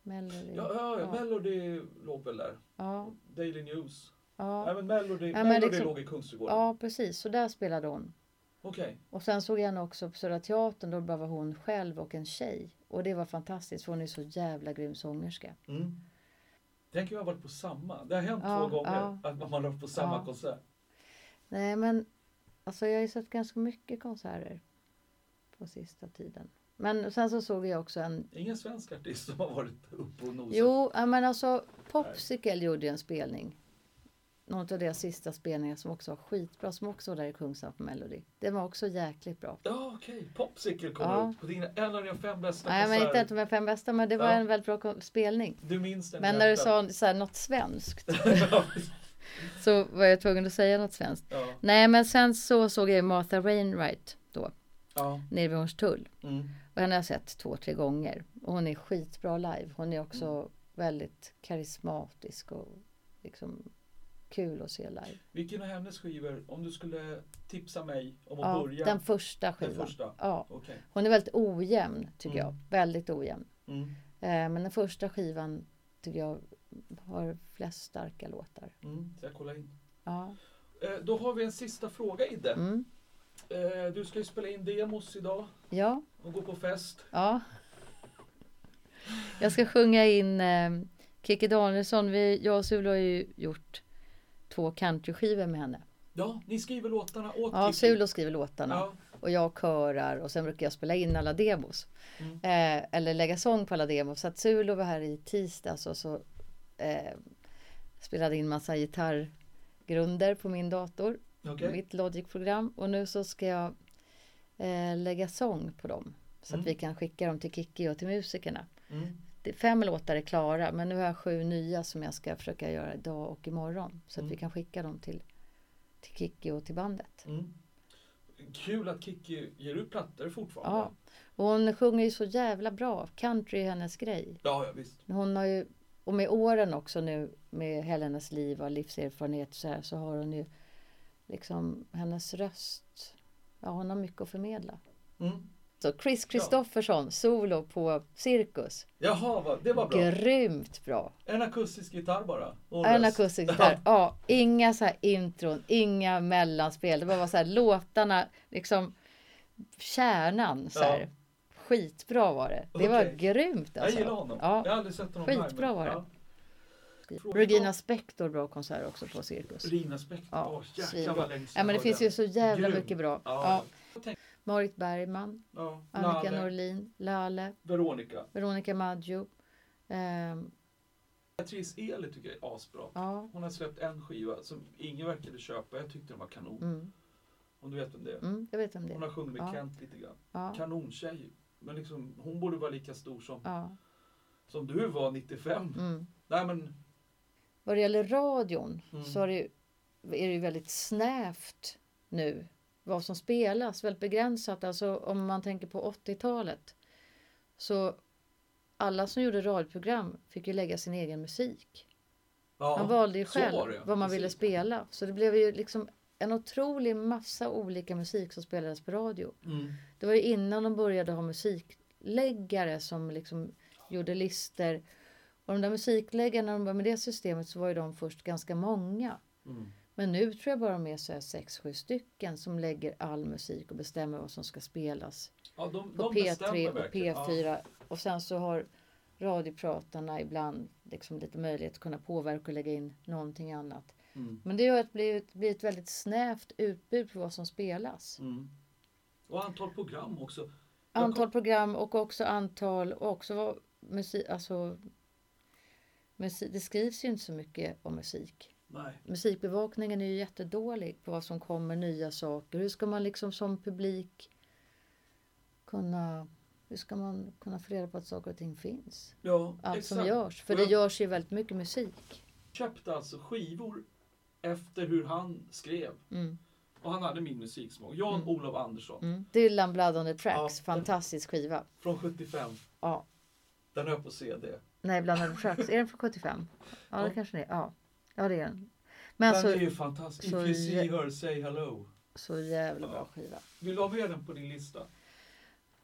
Speaker 2: Melody.
Speaker 1: Ja, ja,
Speaker 2: Ja.
Speaker 1: ja. Melody låg väl där.
Speaker 2: ja,
Speaker 1: Daily News. Nej
Speaker 2: ja,
Speaker 1: men Melody,
Speaker 2: men
Speaker 1: Melody
Speaker 2: liksom-
Speaker 1: låg i Kungsträdgården.
Speaker 2: ja precis. Så där spelade hon.
Speaker 1: Okej.
Speaker 2: Och sen såg jag henne också på Södra Teatern, då bara var hon själv och en tjej. Och det var fantastiskt för hon är så jävla grym sångerska.
Speaker 1: Mm. Tänk om jag har varit på samma. Det har hänt
Speaker 2: Ja,
Speaker 1: två gånger
Speaker 2: ja.
Speaker 1: att man har varit på samma
Speaker 2: Ja.
Speaker 1: konsert.
Speaker 2: Nej men, alltså jag har ju sett ganska mycket konserter på sista tiden. Men sen så såg jag också en,
Speaker 1: Ingen svensk artist som har varit uppe och nosat.
Speaker 2: jo ja, men alltså Popsicle gjorde ju en spelning. Någon av deras sista spelningar som också var skitbra, som också var där i Kungsan på Melody. Den var också jäkligt bra.
Speaker 1: Ja okej, Popsicle kommer
Speaker 2: Ja.
Speaker 1: ut på dina, en av dina fem bästa
Speaker 2: Nej men inte
Speaker 1: konserter.
Speaker 2: ett av de fem bästa, men det var
Speaker 1: Ja.
Speaker 2: en väldigt bra kon- spelning.
Speaker 1: Du minns den i
Speaker 2: Men när du
Speaker 1: hjärtat.
Speaker 2: sa så här, något svenskt så var jag tvungen att säga något svenskt.
Speaker 1: ja.
Speaker 2: Nej, men sen så såg jag Martha Wainwright då,
Speaker 1: ja.
Speaker 2: nere vid Hornstull.
Speaker 1: Mm.
Speaker 2: Och henne har jag sett två, tre gånger. Och hon är skitbra live. Hon är också
Speaker 1: Mm.
Speaker 2: väldigt karismatisk och liksom kul att se live.
Speaker 1: Vilken av hennes skivor, om du skulle tipsa mig om att
Speaker 2: Ja,
Speaker 1: börja?
Speaker 2: den första
Speaker 1: den
Speaker 2: skivan.
Speaker 1: första.
Speaker 2: Ja,
Speaker 1: Okej.
Speaker 2: hon är väldigt ojämn tycker
Speaker 1: Mm.
Speaker 2: jag. Väldigt ojämn.
Speaker 1: Mm.
Speaker 2: Eh, men den första skivan tycker jag har flest starka låtar.
Speaker 1: Mm. Så jag kollar in.
Speaker 2: Ja.
Speaker 1: Eh, då har vi en sista fråga Idde.
Speaker 2: Mm.
Speaker 1: Eh, du ska ju spela in demos idag
Speaker 2: Ja.
Speaker 1: och gå på fest.
Speaker 2: Ja. Jag ska sjunga in eh, Kikki Danielsson. Vi, jag och Sula har ju gjort två countryskivor med henne.
Speaker 1: Ja, ni skriver låtarna åt
Speaker 2: Ja,
Speaker 1: Kikki.
Speaker 2: Sulo skriver låtarna
Speaker 1: Ja.
Speaker 2: och jag körar och sen brukar jag spela in alla demos.
Speaker 1: Mm.
Speaker 2: Eh, eller lägga sång på alla demos. Så att Sulo var här i tisdags och så eh, spelade in massa gitarrgrunder på min dator,
Speaker 1: Okej.
Speaker 2: mitt Logic-program. Och nu så ska jag eh, lägga sång på dem. Så
Speaker 1: Mm.
Speaker 2: att vi kan skicka dem till Kikki och till musikerna.
Speaker 1: Mm.
Speaker 2: Det- Fem låtar är klara men nu har jag sju nya som jag ska försöka göra idag och imorgon. Så att
Speaker 1: Mm.
Speaker 2: vi kan skicka dem till, till Kikki och till bandet.
Speaker 1: Mm. Kul att Kikki ger ut plattor fortfarande.
Speaker 2: Ja. Och hon sjunger ju så jävla bra. Country är hennes grej.
Speaker 1: ja, ja visst.
Speaker 2: Hon har ju, och med åren också nu med hela hennes liv och livserfarenhet så, här, så har hon ju liksom hennes röst. Ja, hon har mycket att förmedla.
Speaker 1: Mm.
Speaker 2: Så Chris Kristoffersson, solo på Cirkus.
Speaker 1: Jaha, vad- det var bra.
Speaker 2: Grymt bra!
Speaker 1: En akustisk gitarr bara. och
Speaker 2: En
Speaker 1: röst.
Speaker 2: akustisk gitarr. Ja, inga så här intron, inga mellanspel. Det bara var så här låtarna, liksom kärnan så här.
Speaker 1: Ja.
Speaker 2: Skitbra var det. Det var
Speaker 1: Okej.
Speaker 2: grymt
Speaker 1: Jag gillar
Speaker 2: alltså.
Speaker 1: honom.
Speaker 2: Ja.
Speaker 1: Jag har aldrig sett honom live.
Speaker 2: Skitbra
Speaker 1: men-
Speaker 2: var det.
Speaker 1: Ja. Fråga-
Speaker 2: Regina Spektor bra konsert också på Cirkus.
Speaker 1: Regina Spektor.
Speaker 2: Ja,
Speaker 1: Åh, jäklar
Speaker 2: svinbra.
Speaker 1: vad länge sedan
Speaker 2: Ja men det
Speaker 1: jag
Speaker 2: finns
Speaker 1: hörde
Speaker 2: ju så jävla
Speaker 1: Grym.
Speaker 2: mycket bra. Ja.
Speaker 1: Ja. Jag tänkte-
Speaker 2: Marit Bergman,
Speaker 1: ja.
Speaker 2: Annika
Speaker 1: Lale,
Speaker 2: Norlin, Lale,
Speaker 1: Veronica.
Speaker 2: Veronica Maggio. Ehm,
Speaker 1: Beatrice Eli tycker jag är asbra.
Speaker 2: ja.
Speaker 1: Hon har släppt en skiva som ingen verkade köpa. Jag tyckte den var kanon.
Speaker 2: Mm,
Speaker 1: Om du vet vem det är.
Speaker 2: mm, jag vet om
Speaker 1: Hon
Speaker 2: det.
Speaker 1: har sjungit med
Speaker 2: Ja.
Speaker 1: Kent lite grann.
Speaker 2: Ja,
Speaker 1: Kanontjej. Men liksom, hon borde vara lika stor som,
Speaker 2: ja.
Speaker 1: som du var 95.
Speaker 2: Mm.
Speaker 1: Nej men,
Speaker 2: Vad det gäller radion
Speaker 1: Mm.
Speaker 2: så är det, ju, är det ju väldigt snävt nu vad som spelas, väldigt begränsat. Alltså om man tänker på 80-talet Så alla som gjorde radioprogram fick ju lägga sin egen musik.
Speaker 1: Ja,
Speaker 2: man valde ju
Speaker 1: så
Speaker 2: själv
Speaker 1: var det, ja.
Speaker 2: vad man ville
Speaker 1: Precis.
Speaker 2: spela. Så det blev ju liksom en otrolig massa olika musik som spelades på radio.
Speaker 1: Mm.
Speaker 2: Det var ju innan de började ha musikläggare som liksom gjorde listor. Och de där musikläggarna, när de började med det systemet så var ju de först ganska många.
Speaker 1: Mm.
Speaker 2: Men nu tror jag bara de är så här sex, sju stycken som lägger all musik och bestämmer vad som ska spelas
Speaker 1: Ja, de,
Speaker 2: på
Speaker 1: de
Speaker 2: P3
Speaker 1: bestämmer
Speaker 2: och
Speaker 1: verkligen.
Speaker 2: P4. Och sen så har radiopratarna ibland liksom lite möjlighet att kunna påverka och lägga in någonting annat.
Speaker 1: Ja. Mm.
Speaker 2: Men det gör att det blir ett, blir ett väldigt snävt utbud på vad som spelas.
Speaker 1: Mm. Och antal program också. Jag kom-
Speaker 2: Antal program och också antal och också vad musik, alltså musik, det skrivs ju inte så mycket om musik.
Speaker 1: Nej.
Speaker 2: Musikbevakningen är ju jättedålig på vad som kommer, nya saker. Hur ska man liksom som publik kunna, hur ska man kunna få reda på att saker och ting finns?
Speaker 1: Ja,
Speaker 2: Allt
Speaker 1: exakt.
Speaker 2: som görs. För
Speaker 1: Och
Speaker 2: det
Speaker 1: jag-
Speaker 2: görs ju väldigt mycket musik.
Speaker 1: köpte alltså skivor efter hur han skrev.
Speaker 2: Mm,
Speaker 1: Och han hade min musiksmak.
Speaker 2: Mm.
Speaker 1: Jan-Olof Andersson
Speaker 2: mm. Dylan Blood on the Tracks,
Speaker 1: Ja.
Speaker 2: fantastisk skiva.
Speaker 1: från 75.
Speaker 2: Ja.
Speaker 1: Den är på CD.
Speaker 2: Nej, Blood on the Tracks, är den från 75? Ja, det
Speaker 1: Ja.
Speaker 2: kanske det är. Ja, ja det är den. Men
Speaker 1: den är
Speaker 2: så,
Speaker 1: ju fantastisk.
Speaker 2: så
Speaker 1: If you see
Speaker 2: jä-
Speaker 1: her, say hello.
Speaker 2: så jävla bra skiva.
Speaker 1: Vill du ha med den på din lista?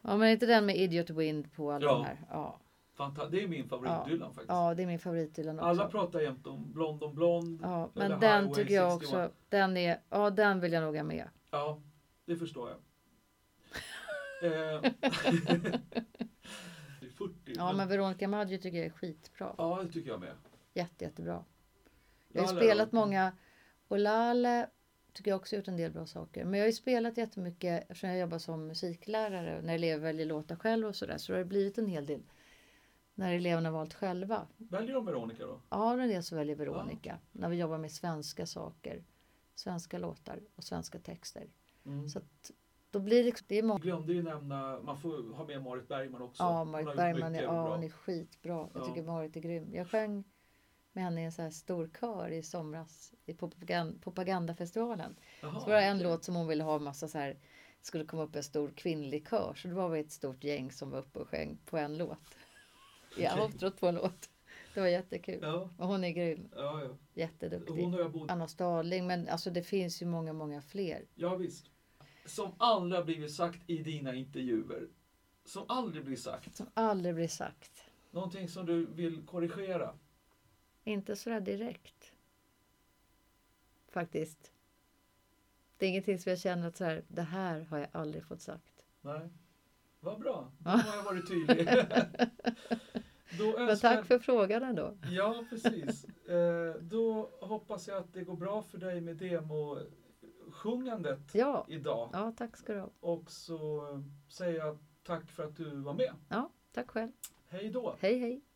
Speaker 2: Ja, men är inte den med Idiot Wind på alla
Speaker 1: Ja.
Speaker 2: de här? Ja.
Speaker 1: Fanta- det är min favorit
Speaker 2: Ja.
Speaker 1: Dylan faktiskt.
Speaker 2: ja, det är min favorit Dylan också.
Speaker 1: Alla pratar jämt om Blond om Blond. Ja.
Speaker 2: Ja,
Speaker 1: Eller
Speaker 2: men den
Speaker 1: Highway
Speaker 2: tycker jag
Speaker 1: 61.
Speaker 2: också. Den är, ja, den vill jag nog ha med.
Speaker 1: det förstår jag. Eh, det är 40.
Speaker 2: Ja, men Veronica Maggio tycker jag är skitbra.
Speaker 1: ja, det tycker jag med.
Speaker 2: Jätte, jättebra.
Speaker 1: Ja,
Speaker 2: Jag har ju
Speaker 1: eller-
Speaker 2: spelat många. Och Lale tycker jag också har gjort en del bra saker. Men jag har ju spelat jättemycket eftersom jag jobbar som musiklärare. och När elever väljer låtar själv och sådär. Så det har ju blivit en hel del. När eleverna har valt själva.
Speaker 1: Väljer de Veronica då?
Speaker 2: Ja, det är det som väljer Veronica. När vi jobbar med svenska saker. Svenska låtar och svenska texter.
Speaker 1: Mm.
Speaker 2: Så att då blir det, liksom- det är många
Speaker 1: Jag glömde ju nämna, man får ha med Marit Bergman också.
Speaker 2: Ja,
Speaker 1: Hon har
Speaker 2: Marit
Speaker 1: gjort
Speaker 2: Bergman är,
Speaker 1: mycket
Speaker 2: ja,
Speaker 1: bra.
Speaker 2: hon är skitbra. Jag
Speaker 1: Ja.
Speaker 2: tycker Marit är grym. Jag sjöng med henne i en så här stor kör i somras i propagan- propagandafestivalen.
Speaker 1: Jaha,
Speaker 2: Så var det en
Speaker 1: okej.
Speaker 2: låt som hon ville ha massa så här skulle komma upp en stor kvinnlig kör. Så det var vi ett stort gäng som var uppe och sjöng på en låt. Ja, outro på en låt. Det var jättekul.
Speaker 1: Ja,
Speaker 2: Och hon är grym.
Speaker 1: ja, ja.
Speaker 2: Jätteduktig.
Speaker 1: Hon och jag bodde...
Speaker 2: Anna Starling. Men alltså det finns ju många, många fler.
Speaker 1: Ja, visst. Som aldrig blir sagt i dina intervjuer. Som aldrig blir sagt.
Speaker 2: Som aldrig blir sagt.
Speaker 1: Någonting som du vill korrigera.
Speaker 2: Inte sådär direkt. Faktiskt. Det är ingenting som jag känner att så här, det här har jag aldrig fått sagt.
Speaker 1: Nej. Vad bra. Då
Speaker 2: Ja.
Speaker 1: har jag varit tydlig. Då
Speaker 2: Men
Speaker 1: önskar...
Speaker 2: tack för frågan ändå.
Speaker 1: Ja, precis. Eh, Då hoppas jag att det går bra för dig med demosjungandet
Speaker 2: Ja,
Speaker 1: idag.
Speaker 2: ja tack ska du ha.
Speaker 1: Och så eh, säger jag tack för att du var med.
Speaker 2: Ja, tack själv.
Speaker 1: Hej då!
Speaker 2: Hej hej.